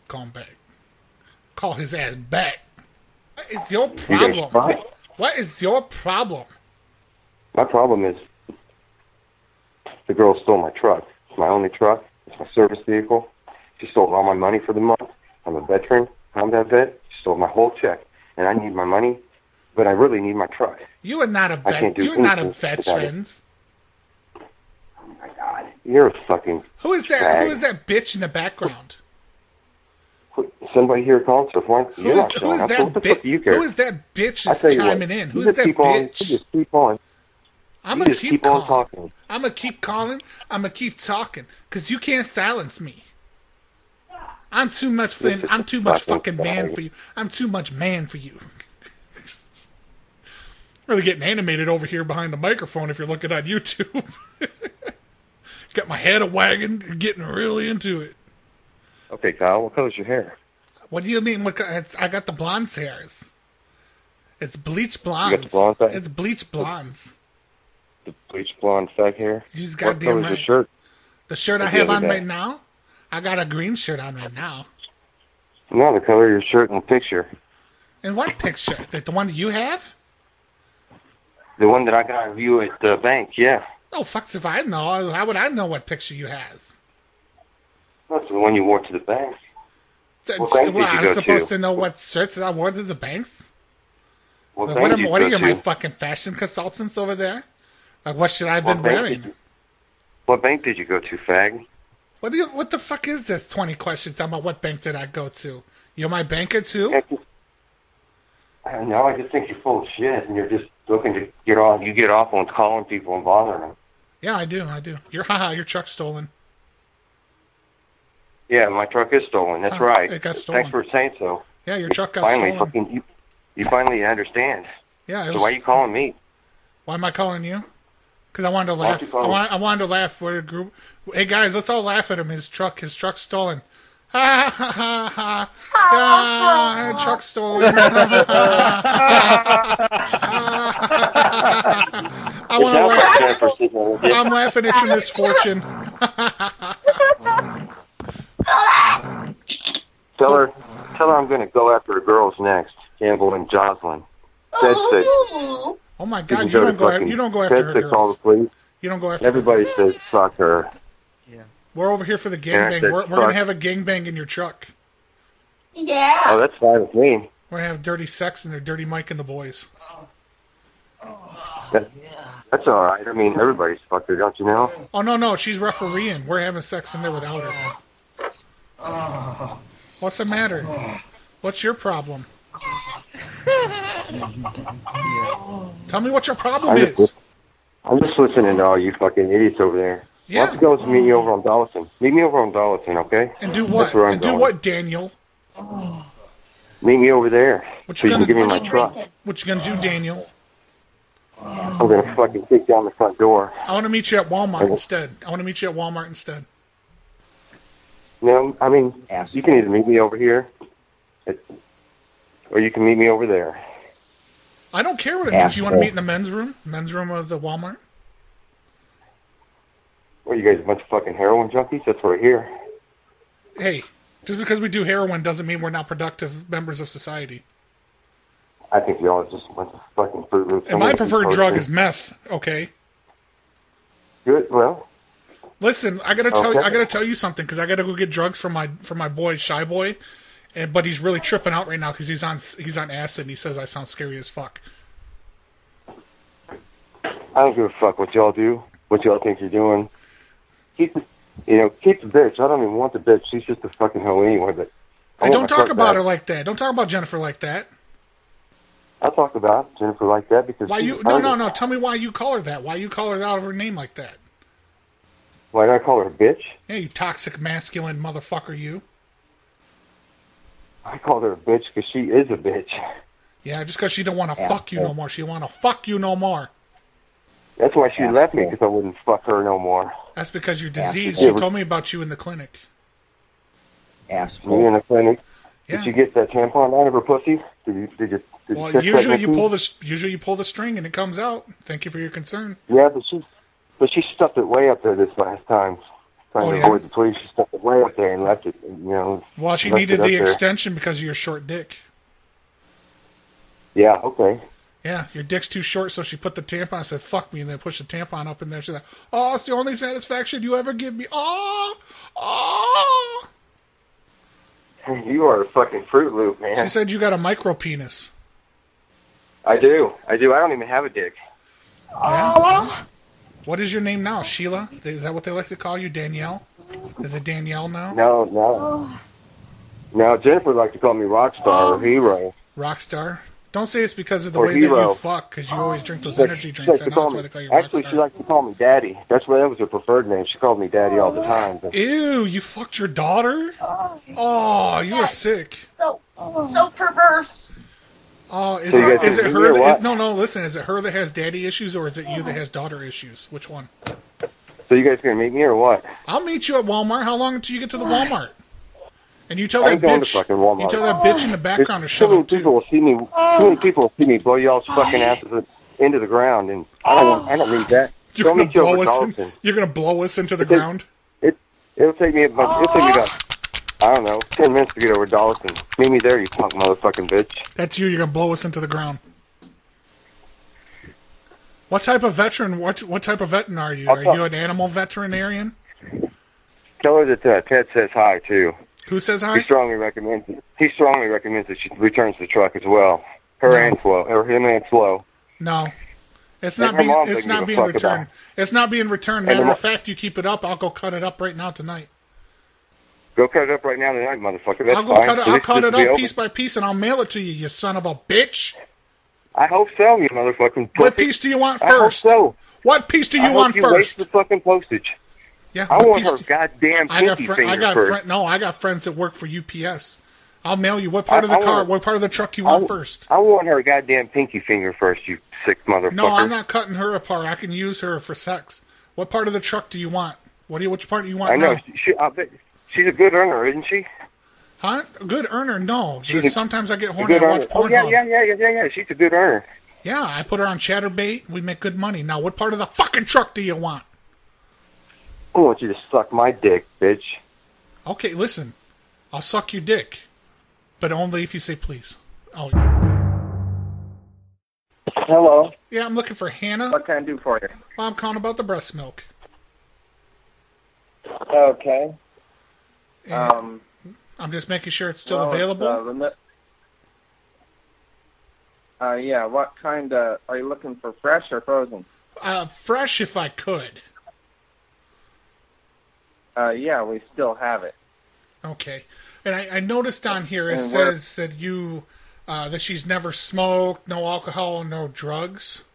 Speaker 2: Call him back. Call his ass back. What is your
Speaker 6: You guys
Speaker 2: problem?
Speaker 6: fuck.
Speaker 2: What is your problem?
Speaker 6: My problem is the girl stole my truck. It's my only truck. It's my service vehicle. She stole all my money for the month. I'm a veteran. I'm that vet. She stole my whole check, and I need my money, but I really need my truck.
Speaker 2: You are not a
Speaker 6: I can't
Speaker 2: vet.
Speaker 6: do
Speaker 2: You're not a
Speaker 6: anything about it.
Speaker 2: veteran.
Speaker 6: You're a fucking
Speaker 2: Who is that?
Speaker 6: Fag.
Speaker 2: Who is that bitch in the background?
Speaker 6: somebody here calls her. Why you're not showing up? So What the fuck do you care?
Speaker 2: Who is that bitch
Speaker 6: I tell
Speaker 2: that's
Speaker 6: you
Speaker 2: chiming
Speaker 6: what,
Speaker 2: in?
Speaker 6: you
Speaker 2: Who's
Speaker 6: just
Speaker 2: that
Speaker 6: keep on, you
Speaker 2: bitch?
Speaker 6: just keep on.
Speaker 2: I'm
Speaker 6: you
Speaker 2: gonna
Speaker 6: just
Speaker 2: keep,
Speaker 6: keep on
Speaker 2: calling.
Speaker 6: talking.
Speaker 2: I'm gonna keep calling. I'm gonna keep talking because you can't silence me. I'm too much. Fin-
Speaker 6: This is
Speaker 2: I'm too much fucking
Speaker 6: fucking
Speaker 2: man
Speaker 6: fag.
Speaker 2: for you. I'm too much man for you. really getting animated over here behind the microphone. If you're looking on YouTube, got my head a wagging, getting really into it.
Speaker 6: Okay, Kyle, what color's your hair?
Speaker 2: What do you mean? What, co- it's, I got the blondes hairs. It's bleach blondes.
Speaker 6: blonde hair?
Speaker 2: It's bleach blondes.
Speaker 6: The bleach blonde fag hair.
Speaker 2: You just
Speaker 6: what
Speaker 2: goddamn
Speaker 6: color's
Speaker 2: right.
Speaker 6: your shirt?
Speaker 2: The shirt I
Speaker 6: It's the
Speaker 2: have
Speaker 6: other
Speaker 2: on
Speaker 6: guy.
Speaker 2: right now, I got a green shirt on right now.
Speaker 6: No, the color of your shirt in the picture.
Speaker 2: And what picture? Like the one that you have?
Speaker 6: The one that I got of you at the bank, yeah.
Speaker 2: Oh fucks if I know. How would I know what picture you has?
Speaker 6: That's the one you wore to the bank.
Speaker 2: T-
Speaker 6: What bank did
Speaker 2: well,
Speaker 6: you
Speaker 2: I'm
Speaker 6: go
Speaker 2: supposed
Speaker 6: to?
Speaker 2: to know what shirts I wore to the banks.
Speaker 6: What
Speaker 2: Like,
Speaker 6: bank
Speaker 2: what
Speaker 6: did
Speaker 2: am,
Speaker 6: you
Speaker 2: what
Speaker 6: go
Speaker 2: are you,
Speaker 6: to?
Speaker 2: my fucking fashion consultants over there? Like, what should I have been
Speaker 6: What bank
Speaker 2: wearing?
Speaker 6: did you- What bank did you go to, fag?
Speaker 2: What do you, what the fuck is this? Twenty questions talking about what bank did I go to? You're my banker too.
Speaker 6: I don't know. I just think you're full of shit, and you're just looking to get off. You get off on calling people and bothering them.
Speaker 2: Yeah, I do. I do. Your haha, your truck's stolen.
Speaker 6: Yeah, my truck is stolen. That's
Speaker 2: Oh,
Speaker 6: right.
Speaker 2: it got
Speaker 6: Thanks
Speaker 2: stolen.
Speaker 6: for saying so.
Speaker 2: Yeah, your truck got
Speaker 6: finally,
Speaker 2: stolen.
Speaker 6: fucking you, you finally understand.
Speaker 2: Yeah, it
Speaker 6: So
Speaker 2: was-
Speaker 6: why you calling me?
Speaker 2: Why am I calling you? Because I wanted to
Speaker 6: Why don't you
Speaker 2: laugh. I,
Speaker 6: call
Speaker 2: want, I wanted to laugh. We're a group. Hey guys, let's all laugh at him. His truck, his truck's stolen. Ha ha ha ha! Ah, truck stolen. I want to
Speaker 6: It sounds
Speaker 2: laugh.
Speaker 6: like Jennifer sitting there with you.
Speaker 2: I'm laughing at your misfortune.
Speaker 6: Tell her, tell her I'm going to go after the girls next. Campbell and Jocelyn. Said six.
Speaker 2: Oh my
Speaker 6: You can
Speaker 2: God! You
Speaker 6: go to
Speaker 2: don't go. After, you don't go after
Speaker 6: fucking- said
Speaker 2: her
Speaker 6: six, call
Speaker 2: girls.
Speaker 6: the police.
Speaker 2: You don't go after. her.
Speaker 6: Everybody says fuck her.
Speaker 2: We're over here for the gangbang.
Speaker 6: Yeah, that's
Speaker 2: We're, we're gonna
Speaker 6: fuck.
Speaker 2: have a gangbang in your truck.
Speaker 6: Oh, that's fine with me.
Speaker 2: We're gonna have dirty sex and their dirty Mike and the boys.
Speaker 6: That, That's all right. I mean, everybody's fucked her, don't you know?
Speaker 2: Oh no no, she's refereeing. We're having sex in there without her. What's the matter? What's your problem? Tell me what your problem
Speaker 6: I'm just,
Speaker 2: is.
Speaker 6: I'm just listening to all you fucking idiots over there. Why
Speaker 2: Yeah,
Speaker 6: don't you guys meet me over on Dollison? Meet me over on Dollison, okay?
Speaker 2: and do
Speaker 6: That's
Speaker 2: what?
Speaker 6: where I'm
Speaker 2: And do
Speaker 6: going.
Speaker 2: what, Daniel?
Speaker 6: Meet me over there.
Speaker 2: What
Speaker 6: so
Speaker 2: you
Speaker 6: you can
Speaker 2: gonna
Speaker 6: give me my truck.
Speaker 2: What you gonna do, Daniel?
Speaker 6: I'm gonna fucking kick down the front door.
Speaker 2: I want to meet you at Walmart
Speaker 6: Okay.
Speaker 2: instead. I want to meet you at Walmart instead.
Speaker 6: You know, I mean, you can either meet me over here, at, or you can meet me over there.
Speaker 2: I don't care what it means. You want to meet in the men's room? Men's room of the Walmart?
Speaker 6: What are you guys, a bunch of fucking heroin junkies? That's what I hear.
Speaker 2: Hey, just because we do heroin doesn't mean we're not productive members of society.
Speaker 6: I think y'all are just a bunch of fucking fruit loops.
Speaker 2: And my preferred drug is meth. Okay.
Speaker 6: good. Well,
Speaker 2: Listen, I gotta tell you,
Speaker 6: Okay.
Speaker 2: I gotta tell you something because I gotta go get drugs for my for my boy Shy Boy, and but he's really tripping out right now because he's on he's on acid and he says I sound scary as fuck.
Speaker 6: I don't give a fuck what y'all do, what y'all think you're doing. Keep, the- you know, keep the bitch. I don't even want the bitch. She's just a fucking hoe anyway. But I
Speaker 2: Hey,
Speaker 6: want
Speaker 2: don't
Speaker 6: my
Speaker 2: talk
Speaker 6: truck
Speaker 2: about
Speaker 6: back.
Speaker 2: her like that. Don't talk about Jennifer like that.
Speaker 6: I talked about Jennifer like that because
Speaker 2: Why
Speaker 6: she's
Speaker 2: you? No,
Speaker 6: ugly.
Speaker 2: no, no. Tell me why you call her that. Why you call her out of her name like that?
Speaker 6: Why did I call her a bitch?
Speaker 2: Yeah, you toxic masculine motherfucker. You.
Speaker 6: I called her a bitch because she is a bitch.
Speaker 2: Yeah, just because she don't want to fuck you no more. She want to fuck you no more.
Speaker 6: That's why she left me because I wouldn't fuck her no more.
Speaker 2: That's because you're diseased.
Speaker 6: Yeah,
Speaker 2: She
Speaker 6: but-
Speaker 2: told me about you in the clinic.
Speaker 6: Were you in the clinic?
Speaker 2: Yeah.
Speaker 6: Did you get that tampon out of her pussy? Did you? Did you? Did you
Speaker 2: Well,
Speaker 6: catch
Speaker 2: usually
Speaker 6: that,
Speaker 2: you
Speaker 6: Nikki?
Speaker 2: pull the s- usually you pull the string and it comes out. Thank you for your concern.
Speaker 6: Yeah, but she, but she stuffed it way up there this last time, trying
Speaker 2: Oh,
Speaker 6: to
Speaker 2: yeah.
Speaker 6: avoid the police. She stuffed it way up there and left it. You know.
Speaker 2: Well, she
Speaker 6: left
Speaker 2: needed
Speaker 6: it up
Speaker 2: the
Speaker 6: there.
Speaker 2: extension because of your short dick.
Speaker 6: Yeah. Okay.
Speaker 2: Yeah, your dick's too short, so she put the tampon. I said, "Fuck me," and then pushed the tampon up in there. She's like, "Oh, it's the only satisfaction you ever give me." Oh, oh.
Speaker 6: You are a fucking Fruit Loop, man.
Speaker 2: She said, "You got a micro penis."
Speaker 6: I do. I do. I don't even have a dick.
Speaker 2: Yeah. What is your name now, Sheila? Is that what they like to call you, Danielle? Is it Danielle now?
Speaker 6: No, no. Now Jennifer would like to call me rock star or hero.
Speaker 2: Rockstar. Don't say it's because of the
Speaker 6: Or
Speaker 2: way that
Speaker 6: hero.
Speaker 2: you fuck, because you always drink those
Speaker 6: But
Speaker 2: energy
Speaker 6: she
Speaker 2: drinks.
Speaker 6: likes
Speaker 2: I
Speaker 6: to
Speaker 2: know
Speaker 6: call
Speaker 2: that's why they call
Speaker 6: me-
Speaker 2: you
Speaker 6: Actually, she
Speaker 2: Rockstar.
Speaker 6: likes to call me daddy. That's why that was her preferred name. She called me daddy all the time. But
Speaker 2: Ew, you fucked your daughter? Oh, you are sick.
Speaker 10: So perverse.
Speaker 2: Oh, is
Speaker 6: So you
Speaker 2: it
Speaker 6: guys
Speaker 2: is it
Speaker 6: agree
Speaker 2: her?
Speaker 6: or
Speaker 2: That,
Speaker 6: what?
Speaker 2: no, no. Listen, is it her that has daddy issues, or is it you that has daughter issues? Which one?
Speaker 6: So you guys gonna meet me or what?
Speaker 2: I'll meet you at Walmart. How long until you get to the Walmart? And you tell
Speaker 6: I
Speaker 2: that
Speaker 6: ain't going to
Speaker 2: bitch.
Speaker 6: fucking Walmart.
Speaker 2: You tell that bitch in the background to
Speaker 6: There's
Speaker 2: shut
Speaker 6: too many
Speaker 2: up too.
Speaker 6: people will see me. Too many people will see me blow y'all's
Speaker 2: Oh.
Speaker 6: fucking asses into the ground, and I don't. want- I don't need that.
Speaker 2: You're
Speaker 6: Don't
Speaker 2: gonna
Speaker 6: meet you
Speaker 2: blow
Speaker 6: over
Speaker 2: us. In,
Speaker 6: Dawson.
Speaker 2: you're gonna blow us into the
Speaker 6: Because-
Speaker 2: ground.
Speaker 6: It it'll take me about it'll take me about I don't know ten minutes to get over Dawson. Meet me there, you punk motherfucking bitch.
Speaker 2: That's you. You're gonna blow us into the ground. What type of veteran? What what type of veteran are you? Are you an animal veterinarian?
Speaker 6: Tell her that uh, Ted says hi too.
Speaker 2: Who says
Speaker 6: He
Speaker 2: hi?
Speaker 6: strongly recommends it. He strongly recommends that she returns the truck as well. Her
Speaker 2: No.
Speaker 6: and Flo, or him and Flo.
Speaker 2: No, it's
Speaker 6: And
Speaker 2: not
Speaker 6: her
Speaker 2: being.
Speaker 6: mom
Speaker 2: It's
Speaker 6: doesn't
Speaker 2: not
Speaker 6: give a
Speaker 2: being
Speaker 6: fuck about
Speaker 2: returned.
Speaker 6: it.
Speaker 2: It's not being returned.
Speaker 6: And her
Speaker 2: Matter of
Speaker 6: mo-
Speaker 2: fact, you keep it up. I'll go cut it up right now tonight.
Speaker 6: Go cut it up right now tonight, motherfucker. That's
Speaker 2: I'll go
Speaker 6: fine.
Speaker 2: cut it.
Speaker 6: This-
Speaker 2: I'll cut
Speaker 6: this
Speaker 2: it
Speaker 6: will be
Speaker 2: up
Speaker 6: open.
Speaker 2: piece by piece, and I'll mail it to you. You son of a bitch.
Speaker 6: I hope so, you motherfucking.
Speaker 2: What
Speaker 6: pussy.
Speaker 2: piece do you want
Speaker 6: I hope
Speaker 2: first?
Speaker 6: so.
Speaker 2: What piece do
Speaker 6: I
Speaker 2: you
Speaker 6: hope
Speaker 2: want
Speaker 6: you waste
Speaker 2: first?
Speaker 6: the fucking postage.
Speaker 2: Yeah,
Speaker 6: I
Speaker 2: but
Speaker 6: want
Speaker 2: peach-
Speaker 6: her goddamn
Speaker 2: I got
Speaker 6: pinky
Speaker 2: fri- I
Speaker 6: finger
Speaker 2: got
Speaker 6: first.
Speaker 2: fri- no, I got friends that work for UPS. I'll mail you what part of the
Speaker 6: I- I
Speaker 2: car,
Speaker 6: want-
Speaker 2: what part of the truck you want first.
Speaker 6: I want her goddamn pinky finger first, you sick motherfucker.
Speaker 2: No, I'm not cutting her apart. I can use her for sex. What part of the truck do you want? What do you? Which part do you want?
Speaker 6: I know.
Speaker 2: now?
Speaker 6: She, she, I bet she's a good earner, isn't she?
Speaker 2: Oh, Huh? A good earner? No.
Speaker 6: She's a-
Speaker 2: Sometimes I get
Speaker 6: a
Speaker 2: horny. I
Speaker 6: good
Speaker 2: watch
Speaker 6: earner. Oh,
Speaker 2: Pornhub.
Speaker 6: yeah, yeah, yeah, yeah, yeah, yeah. She's a good earner.
Speaker 2: Yeah, I put her on ChatterBait. We make good money. Now, what part of the fucking truck do you want?
Speaker 6: I want you to suck my dick, bitch.
Speaker 2: Okay, listen. I'll suck your dick, but only if you say please. Oh,
Speaker 11: Hello.
Speaker 2: yeah. I'm looking for Hannah.
Speaker 11: What can I do for you?
Speaker 2: Well, I'm calling about the breast milk.
Speaker 11: Okay. Um,
Speaker 2: I'm just making sure it's still
Speaker 11: well,
Speaker 2: available.
Speaker 11: Uh, the mi- uh, yeah. What kind of are you looking for? Fresh or frozen?
Speaker 2: uh, fresh, if I could.
Speaker 11: Uh, yeah, we still have it.
Speaker 2: Okay. And I, I noticed on here it
Speaker 11: And where-
Speaker 2: says that you uh, that she's never smoked, no alcohol, no drugs.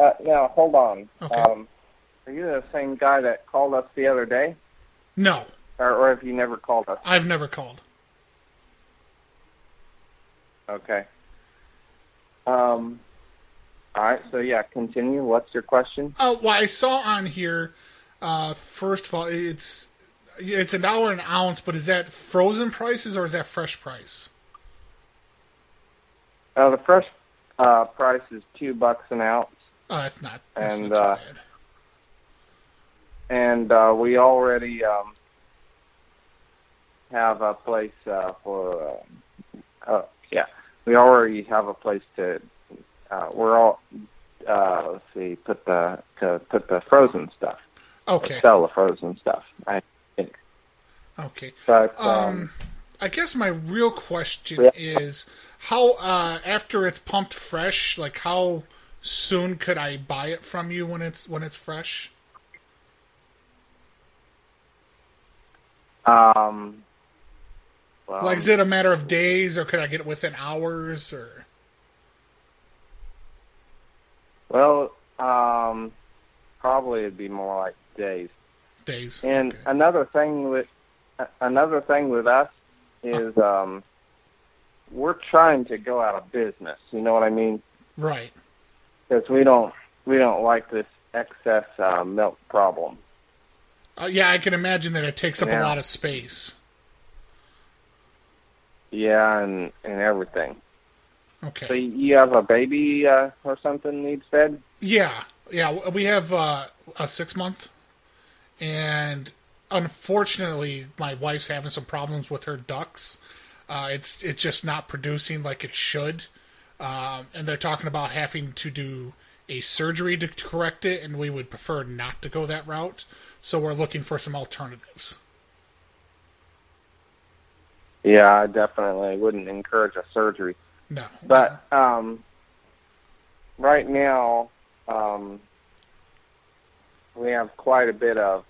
Speaker 11: Uh, now hold on.
Speaker 2: Okay.
Speaker 11: Um, are you the same guy that called us the other day,
Speaker 2: No,
Speaker 11: or, or have you never called us?
Speaker 2: I've never called.
Speaker 11: Okay. Um. All right. So yeah, continue. What's your question?
Speaker 2: Uh, well, I saw on here. Uh, first of all, it's it's a dollar an ounce, but is that frozen prices or is that fresh price?
Speaker 11: Uh, the fresh uh, price is two bucks an ounce.
Speaker 2: Uh, it's not. That's
Speaker 11: and
Speaker 2: not
Speaker 11: uh, and uh, we already um, have a place uh, for uh, uh, yeah we already have a place to uh, we're all uh, let's see put the to put the frozen stuff
Speaker 2: Okay.
Speaker 11: sell the frozen stuff I think
Speaker 2: Okay.
Speaker 11: but um,
Speaker 2: Um, I guess my real question is how uh, after it's pumped fresh, like how soon could I buy it from you when it's when it's fresh?
Speaker 11: um well,
Speaker 2: like, is it a matter of days, or could I get it within hours? Or
Speaker 11: well um probably it'd be more like days
Speaker 2: days.
Speaker 11: And another thing with uh, another thing with us is um, we're trying to go out of business. You know what I mean?
Speaker 2: right?
Speaker 11: Because we don't we don't like this excess uh, milk problem.
Speaker 2: Uh, yeah, I can imagine that it takes up
Speaker 11: Yeah.
Speaker 2: a lot of space.
Speaker 11: Yeah, and and everything.
Speaker 2: Okay.
Speaker 11: So you have a baby uh, or something needs fed?
Speaker 2: Yeah, yeah. w- We have uh, a six month, and unfortunately, my wife's having some problems with her ducks. Uh, it's it's just not producing like it should, um, and they're talking about having to do a surgery to, to correct it, and we would prefer not to go that route. So we're looking for some alternatives.
Speaker 11: Yeah, I definitely wouldn't encourage a surgery.
Speaker 2: No.
Speaker 11: But um, right now, um, we have quite a bit of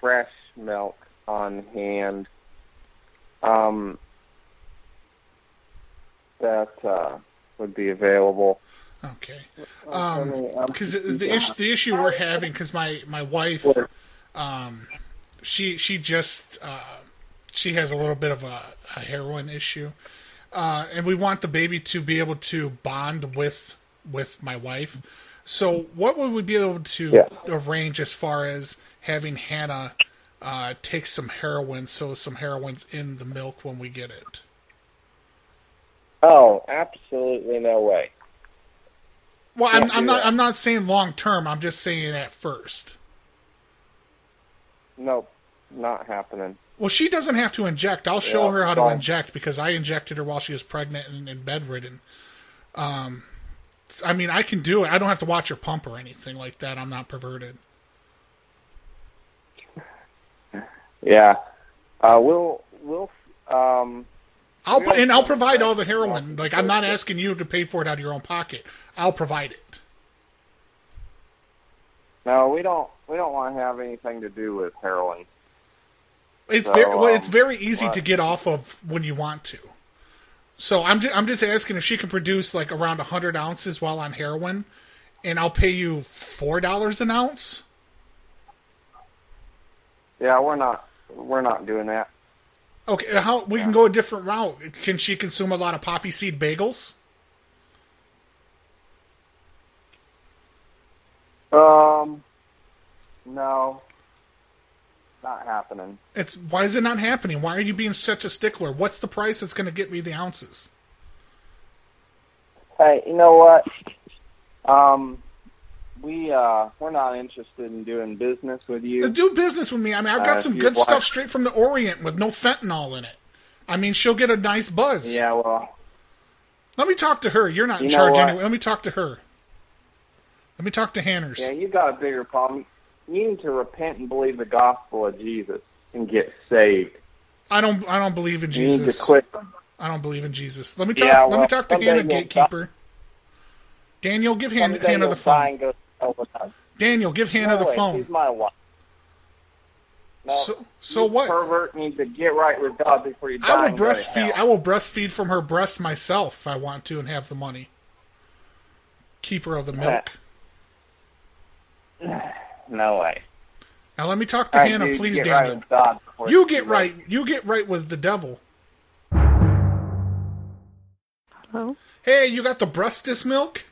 Speaker 11: fresh milk on hand. Um, that uh, would be available.
Speaker 2: Okay. because the issue the issue we're having because my my wife um she she just uh she has a little bit of a, a heroin issue uh and we want the baby to be able to bond with with my wife so what would we be able to
Speaker 11: Yeah.
Speaker 2: arrange as far as having hannah uh take some heroin so some heroin's in the milk when we get it
Speaker 11: Oh, absolutely no way.
Speaker 2: well i'm,
Speaker 11: Can't
Speaker 2: I'm
Speaker 11: do
Speaker 2: not
Speaker 11: that.
Speaker 2: i'm not saying long term i'm just saying at first
Speaker 11: Nope, not happening.
Speaker 2: Well, she doesn't have to inject. I'll show
Speaker 11: Yeah,
Speaker 2: her how to
Speaker 11: fine.
Speaker 2: inject because I injected her while she was pregnant and, and bedridden. Um, I mean, I can do it. I don't have to watch her pump or anything like that. I'm not perverted.
Speaker 11: Yeah, uh, we'll we'll. Um,
Speaker 2: I'll
Speaker 11: we'll-
Speaker 2: and I'll provide all the heroin. Like I'm not asking you to pay for it out of your own pocket. I'll provide it.
Speaker 11: No, we don't. We don't want to have anything to do with heroin.
Speaker 2: It's
Speaker 11: So,
Speaker 2: very well,
Speaker 11: um,
Speaker 2: it's very easy
Speaker 11: what?
Speaker 2: to get off of when you want to. So I'm just, I'm just asking if she can produce like around 100 ounces while on heroin, and I'll pay you four dollars an ounce.
Speaker 11: Yeah, we're not we're not doing that.
Speaker 2: Okay, uh, how we can go a different route? Can she consume a lot of poppy seed bagels?
Speaker 11: Um, no, not happening.
Speaker 2: It's why is it not happening? Why are you being such a stickler? What's the price that's going to get me the ounces?
Speaker 11: Hey, you know what? Um, we uh, we're not interested in doing business with you.
Speaker 2: Uh, Do business with me. I mean, I've got
Speaker 11: Uh,
Speaker 2: some
Speaker 11: you
Speaker 2: good
Speaker 11: watch-
Speaker 2: stuff straight from the Orient with no fentanyl in it. I mean, she'll get a nice buzz.
Speaker 11: Yeah, well,
Speaker 2: Let me talk to her. You're not in
Speaker 11: You know
Speaker 2: charge
Speaker 11: what?
Speaker 2: anyway. Let me talk to her. Let me talk to Hanners.
Speaker 11: yeah, you got a bigger problem. You need to repent and believe the gospel of Jesus and get saved.
Speaker 2: I don't. I don't believe in
Speaker 11: You need to
Speaker 2: Jesus.
Speaker 11: quit.
Speaker 2: I don't believe in Jesus. Let me talk.
Speaker 11: Yeah,
Speaker 2: let me
Speaker 11: well,
Speaker 2: talk to
Speaker 11: someday
Speaker 2: Hannah,
Speaker 11: you'll
Speaker 2: gatekeeper. Daniel, give Han-
Speaker 11: Someday
Speaker 2: Hannah
Speaker 11: you'll
Speaker 2: the phone.
Speaker 11: die and go to hell with us.
Speaker 2: Daniel, give Hannah
Speaker 11: No
Speaker 2: the
Speaker 11: way,
Speaker 2: phone.
Speaker 11: She's my wife. No,
Speaker 2: So- so
Speaker 11: you
Speaker 2: what?
Speaker 11: Pervert needs to get right with God before you die.
Speaker 2: I will
Speaker 11: and go to
Speaker 2: breastfeed. I will breastfeed from her breast myself if I want to, and have the money. Keeper of the milk.
Speaker 11: hell. No way.
Speaker 2: Now let me talk to
Speaker 11: All right,
Speaker 2: Hannah,
Speaker 11: dude,
Speaker 2: please,
Speaker 11: get right
Speaker 2: Daniel.
Speaker 11: with God before
Speaker 2: you
Speaker 11: you
Speaker 2: get right. You get right with the devil.
Speaker 3: Hello?
Speaker 2: Hey, you got the breastless milk?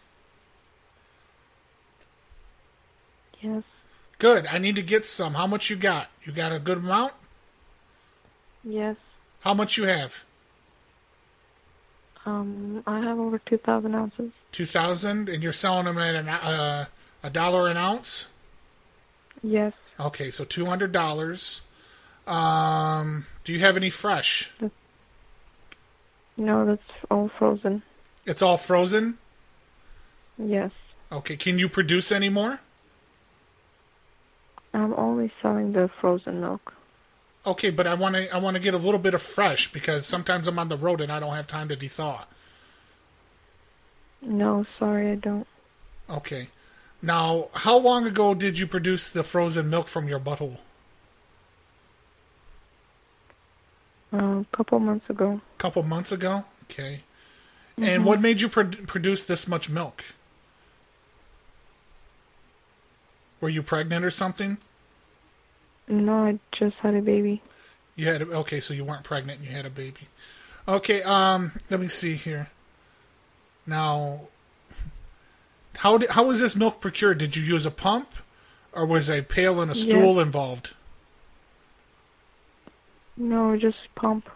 Speaker 3: Yes.
Speaker 2: Good. I need to get some. How much you got? You got a good amount?
Speaker 3: Yes.
Speaker 2: How much you have?
Speaker 3: Um, I have over 2,000 ounces.
Speaker 2: Two thousand, and you're selling them at an, uh, a dollar an ounce.
Speaker 3: Yes.
Speaker 2: Okay, so two hundred dollars. Um, do you have any fresh?
Speaker 3: No, that's all frozen.
Speaker 2: It's all frozen.
Speaker 3: Yes.
Speaker 2: Okay, can you produce any more?
Speaker 3: I'm only selling the frozen milk.
Speaker 2: Okay, but I want to I want to get a little bit of fresh because sometimes I'm on the road and I don't have time to thaw.
Speaker 3: No, sorry, I don't.
Speaker 2: Okay. Now, how long ago did you produce the frozen milk from your butthole?
Speaker 3: Uh, a couple months ago.
Speaker 2: A couple months ago. Okay. And what made you pro- produce this much milk? Were you pregnant or something?
Speaker 3: No, I just had a baby.
Speaker 2: You had a, okay, so you weren't pregnant and you had a baby. Okay, um, let me see here. Now, how did, how was this milk procured? Did you use a pump, or was a pail and a stool
Speaker 3: Yes.
Speaker 2: involved?
Speaker 3: No, just pump.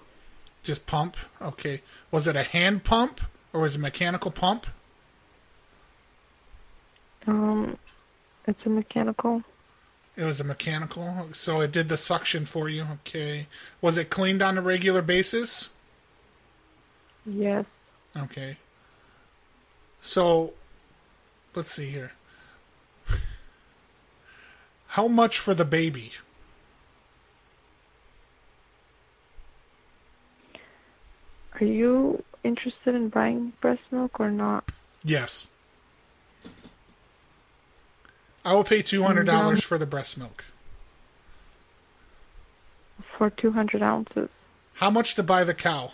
Speaker 2: Just pump. Okay, was it a hand pump or was it a mechanical pump?
Speaker 3: Um, it's a mechanical.
Speaker 2: It was a mechanical, so it did the suction for you. Okay, was it cleaned on a regular basis?
Speaker 3: Yes.
Speaker 2: Okay. So, let's see here. How much for the baby?
Speaker 3: Are you interested in buying breast milk or not?
Speaker 2: Yes. I will pay two hundred dollars for the breast milk.
Speaker 3: For 200 ounces.
Speaker 2: How much to buy the cow?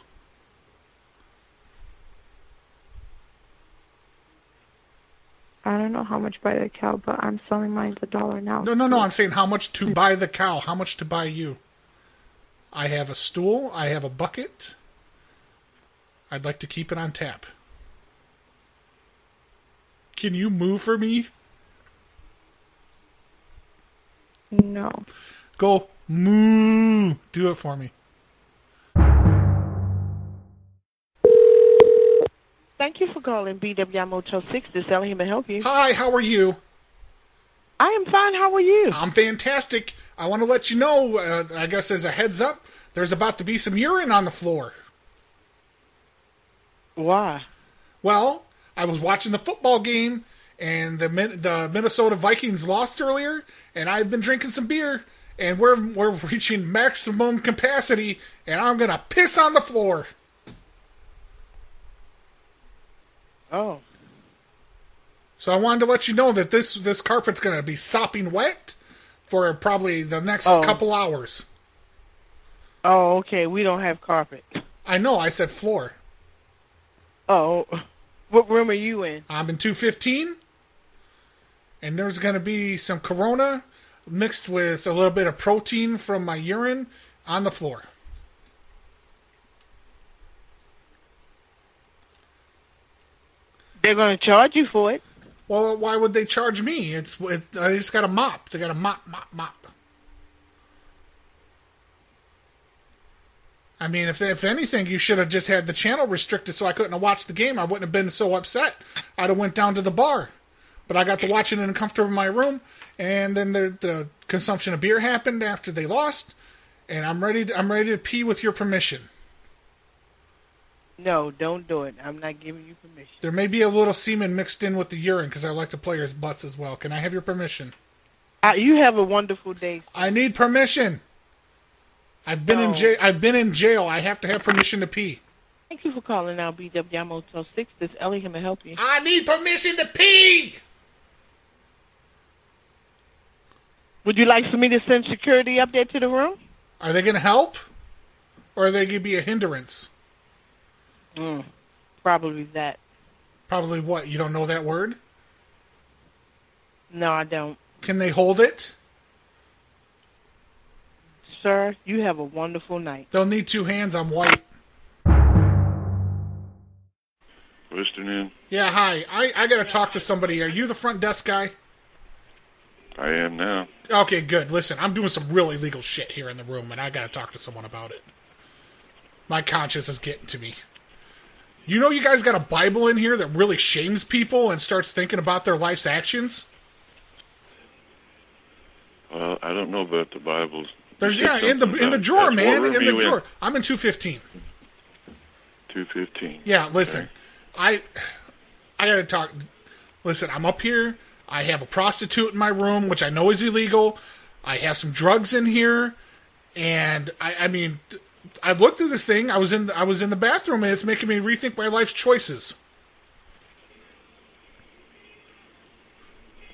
Speaker 3: I don't know how much by the cow, but I'm selling mine at a dollar now.
Speaker 2: No, no, no. I'm saying how much to buy the cow. How much to buy you? I have a stool. I have a bucket. I'd like to keep it on tap. Can you move for me?
Speaker 3: No.
Speaker 2: Go moo. Do it for me.
Speaker 12: Thank you for calling BWI Motel 6. oh This is Ellie. How may I help you?
Speaker 2: Hi, how are you?
Speaker 12: I am fine. How are you?
Speaker 2: I'm fantastic. I want to let you know, uh, I guess as a heads up, there's about to be some urine on the floor.
Speaker 12: Why?
Speaker 2: Well, I was watching the football game, and the Min- the Minnesota Vikings lost earlier, and I've been drinking some beer, and we're we're reaching maximum capacity, and I'm gonna piss on the floor.
Speaker 12: Oh.
Speaker 2: So I wanted to let you know that this this carpet's gonna be sopping wet for probably the next
Speaker 12: Oh.
Speaker 2: couple hours.
Speaker 12: Oh, okay. We don't have carpet.
Speaker 2: I know. I said floor.
Speaker 12: Oh. What room are you in?
Speaker 2: I'm in 215. And there's going to be some Corona, mixed with a little bit of protein from my urine on the floor.
Speaker 12: They're going to charge you for it.
Speaker 2: Well, why would they charge me? It's it, I just got a mop. They got a mop, mop, mop. I mean, if if anything, you should have just had the channel restricted so I couldn't have watched the game. I wouldn't have been so upset. I'd have went down to the bar, but I got to watch it in the comfort of my room. And then the, the consumption of beer happened after they lost, and I'm ready. To, I'm ready to pee with your permission.
Speaker 12: No, don't do it. I'm not giving you permission.
Speaker 2: There may be a little semen mixed in with the urine because I like to players' butts as well. Can I have your permission?
Speaker 12: Uh, you have a wonderful day.
Speaker 2: I need permission. I've been in
Speaker 12: No.
Speaker 2: jail. I've been in jail. I have to have permission to pee.
Speaker 12: Thank you for calling out BWI Motel 6. This Ellie can help you.
Speaker 2: I need permission to pee.
Speaker 12: Would you like for me to send security up there to the room?
Speaker 2: Are they going to help, or are they going to be a hindrance?
Speaker 12: Mm, probably that.
Speaker 2: Probably what? You don't know that word?
Speaker 12: No, I don't.
Speaker 2: Can they hold it?
Speaker 12: Sir, you have a wonderful night.
Speaker 2: They'll need two hands. I'm white.
Speaker 13: Listening.
Speaker 2: Yeah. Hi. I I got to talk to somebody. Are you the front desk guy?
Speaker 13: I am now.
Speaker 2: Okay. Good. Listen, I'm doing some real illegal shit here in the room, and I got to talk to someone about it. My conscience is getting to me. You know, you guys got a Bible in here that really shames people and starts thinking about their life's actions.
Speaker 13: Well, I don't know about the Bibles.
Speaker 2: There's
Speaker 13: You said
Speaker 2: yeah in the
Speaker 13: something
Speaker 2: in the
Speaker 13: about-
Speaker 2: drawer,
Speaker 13: that's what
Speaker 2: man.
Speaker 13: room
Speaker 2: In
Speaker 13: you
Speaker 2: the drawer. I'm in two fifteen.
Speaker 13: 215.
Speaker 2: Yeah, listen, I I gotta talk. Listen, I'm up here. I have a prostitute in my room, which I know is illegal. I have some drugs in here, and I, I mean, I looked at this thing. I was in the, I was in the bathroom, and it's making me rethink my life's choices.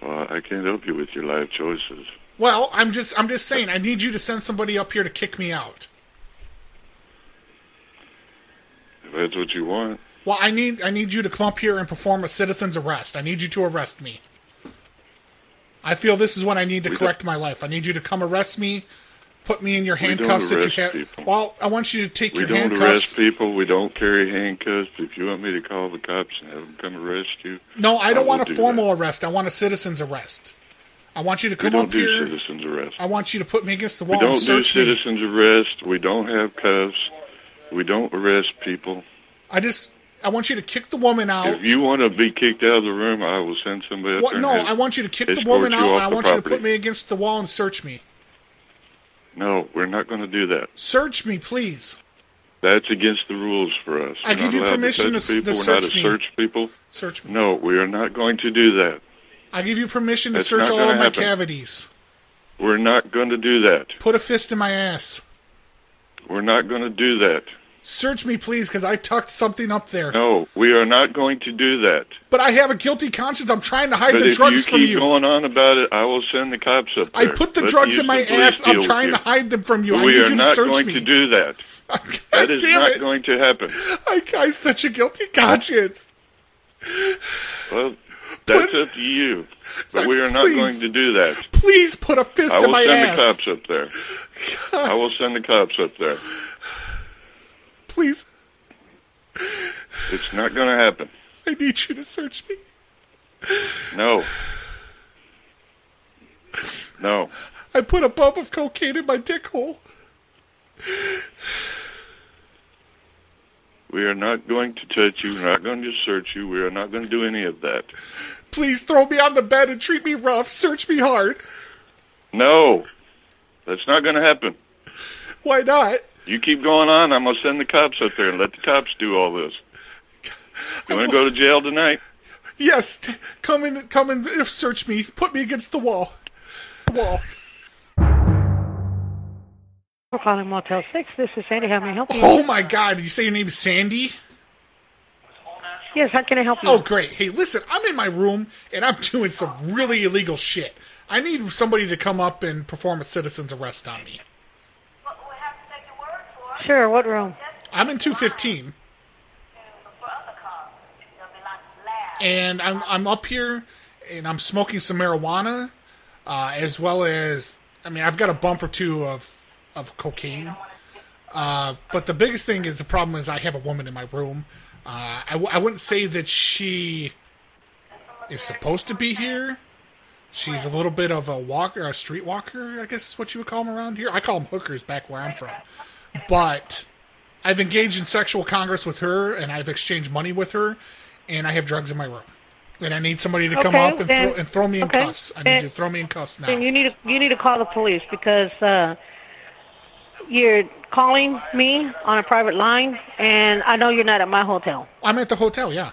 Speaker 13: Well, Uh, I can't help you with your life choices.
Speaker 2: Well, I'm just I'm just saying. I need you to send somebody up here to kick me out.
Speaker 13: If that's what you want,
Speaker 2: Well, I need I need you to come up here and perform a citizen's arrest. I need you to arrest me. I feel this is when I need to correct my life. I need you to come arrest me, put me in your
Speaker 13: We don't
Speaker 2: handcuffs that you
Speaker 13: arrest
Speaker 2: have.
Speaker 13: people.
Speaker 2: Well, I want you to take
Speaker 13: we
Speaker 2: your
Speaker 13: don't
Speaker 2: handcuffs.
Speaker 13: arrest people. We don't carry handcuffs. If you want me to call the cops and have them come arrest you,
Speaker 2: No, I don't
Speaker 13: will
Speaker 2: want a
Speaker 13: do
Speaker 2: formal arrest. I want a citizen's arrest. I want you to
Speaker 13: that. We
Speaker 2: come
Speaker 13: don't
Speaker 2: up
Speaker 13: do
Speaker 2: here.
Speaker 13: citizens arrest.
Speaker 2: I want you to put me against the
Speaker 13: We
Speaker 2: wall and
Speaker 13: don't do
Speaker 2: search me.
Speaker 13: citizens arrest. We don't have cuffs. We don't arrest people.
Speaker 2: I just I want you to kick the woman out.
Speaker 13: If you want to be kicked out of the room, I will send somebody up
Speaker 2: What-
Speaker 13: there.
Speaker 2: no,
Speaker 13: and have-
Speaker 2: I want you to kick the
Speaker 13: escort
Speaker 2: woman
Speaker 13: you
Speaker 2: out. and
Speaker 13: off
Speaker 2: I
Speaker 13: the
Speaker 2: want you to
Speaker 13: property.
Speaker 2: put me against the wall and search me.
Speaker 13: No, we're not going to do that.
Speaker 2: Search me, please.
Speaker 13: That's against the rules for us.
Speaker 2: I
Speaker 13: We're
Speaker 2: give
Speaker 13: not
Speaker 2: you
Speaker 13: allowed
Speaker 2: permission
Speaker 13: to
Speaker 2: to
Speaker 13: touch
Speaker 2: s-
Speaker 13: people.
Speaker 2: to
Speaker 13: We're
Speaker 2: search
Speaker 13: not a
Speaker 2: me.
Speaker 13: search people.
Speaker 2: Search me.
Speaker 13: No, we are not going to do that.
Speaker 2: I give you permission to
Speaker 13: That's
Speaker 2: search
Speaker 13: not
Speaker 2: all
Speaker 13: gonna
Speaker 2: of my
Speaker 13: happen.
Speaker 2: cavities.
Speaker 13: We're not going to do that.
Speaker 2: Put a fist in my ass.
Speaker 13: We're not going to do that.
Speaker 2: Search me, please, because I tucked something up there.
Speaker 13: No, we are not going to do that.
Speaker 2: But I have a guilty conscience. I'm trying to hide
Speaker 13: but
Speaker 2: the
Speaker 13: if
Speaker 2: drugs
Speaker 13: you
Speaker 2: from
Speaker 13: keep
Speaker 2: you.
Speaker 13: going on about it, I will send the cops up
Speaker 2: I
Speaker 13: there.
Speaker 2: put the
Speaker 13: Let
Speaker 2: drugs in my
Speaker 13: Houston police
Speaker 2: ass. I'm
Speaker 13: deal with
Speaker 2: trying to
Speaker 13: you.
Speaker 2: hide them from you. I
Speaker 13: we
Speaker 2: need
Speaker 13: are
Speaker 2: you to
Speaker 13: not
Speaker 2: search
Speaker 13: going
Speaker 2: me.
Speaker 13: to do that. that is
Speaker 2: damn
Speaker 13: not
Speaker 2: it.
Speaker 13: going to happen.
Speaker 2: I, I have such a guilty conscience.
Speaker 13: Well, that's up to you. But we are not
Speaker 2: Please.
Speaker 13: going to do that.
Speaker 2: Please put a fist
Speaker 13: I
Speaker 2: in
Speaker 13: will
Speaker 2: my
Speaker 13: send
Speaker 2: ass.
Speaker 13: the cops up there. I will send the cops up there.
Speaker 2: Please,
Speaker 13: It's not going to happen.
Speaker 2: I need you to search me.
Speaker 13: No. No.
Speaker 2: I put a bump of cocaine in my dick hole.
Speaker 13: We are not going to touch you. We're not going to search you. We are not going to do any of that.
Speaker 2: Please throw me on the bed and treat me rough. Search me hard.
Speaker 13: No. That's not going to happen.
Speaker 2: Why not?
Speaker 13: You keep going on. I'm going to send the cops up there and let the cops do all this. You want to go to jail tonight?
Speaker 2: Yes, t- come and come and search me. Put me against the wall. Wall.
Speaker 14: We're calling Motel 6. This is Sandy. How may I help you?
Speaker 2: Oh my God! You say your name's Sandy?
Speaker 14: Yes, how can I help you?
Speaker 2: Oh great! Hey, listen, I'm in my room and I'm doing some really illegal shit. I need somebody to come up and perform a citizen's arrest on me.
Speaker 14: Sure, what room?
Speaker 2: I'm in 215. And I'm I'm up here and I'm smoking some marijuana. uh, as well as I mean I've got a bump or two of of cocaine. Uh, but the biggest thing is the problem is I have a woman in my room. Uh, I, w- I wouldn't say that she is supposed to be here. She's a little bit of a walker, a street walker, I guess is what you would call them around here. I call them hookers back where I'm from. But I've engaged in sexual congress with her, and I've exchanged money with her, and I have drugs in my room. And I need somebody to come
Speaker 4: Okay,
Speaker 2: up and,
Speaker 4: then-
Speaker 2: throw, and throw me in
Speaker 4: okay,
Speaker 2: cuffs. I need
Speaker 4: then-
Speaker 2: you to throw me in cuffs now.
Speaker 4: Then you need to you need to call the police because uh, you're calling me on a private line, and I know you're not at my hotel.
Speaker 2: I'm at the hotel. Yeah.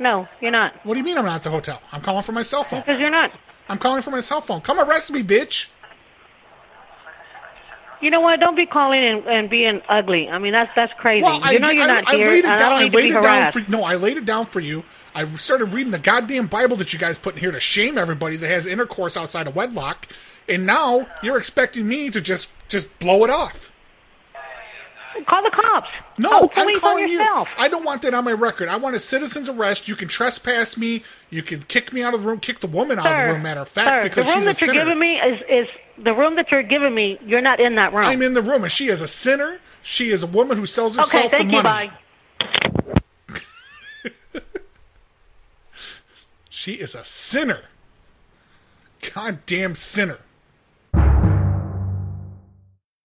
Speaker 4: No, you're not.
Speaker 2: What do you mean I'm not at the hotel? I'm calling for my cell phone.
Speaker 4: Because you're not.
Speaker 2: I'm calling for my cell phone. Come arrest me, bitch.
Speaker 4: You know what? Don't be calling and, and being ugly. I mean, that's that's crazy. you know you're not here.
Speaker 2: laid it
Speaker 4: I
Speaker 2: down.
Speaker 4: don't need
Speaker 2: I
Speaker 4: to
Speaker 2: laid
Speaker 4: be
Speaker 2: it down
Speaker 4: harassed.
Speaker 2: for no. I laid it down for you. I started reading the goddamn Bible that you guys put in here to shame everybody that has intercourse outside of wedlock, and now you're expecting me to just just blow it off.
Speaker 4: Call the cops.
Speaker 2: No,
Speaker 4: Call the
Speaker 2: I'm
Speaker 4: police Oh, on
Speaker 2: calling you.
Speaker 4: yourself.
Speaker 2: I don't want that on my record. I want a citizen's arrest. You can trespass me. You can kick me out of the room. Kick the woman out of
Speaker 4: Sir,
Speaker 2: the room. Matter of fact,
Speaker 4: sir,
Speaker 2: because
Speaker 4: the room
Speaker 2: she's a
Speaker 4: that you're
Speaker 2: sinner.
Speaker 4: giving me is is the room that you're giving me. You're not in that room.
Speaker 2: I'm in the room, and she is a sinner. She is a woman who sells herself
Speaker 4: Oh. okay,
Speaker 2: for
Speaker 4: thank
Speaker 2: money.
Speaker 4: you. Bye.
Speaker 2: She is a sinner. Goddamn sinner.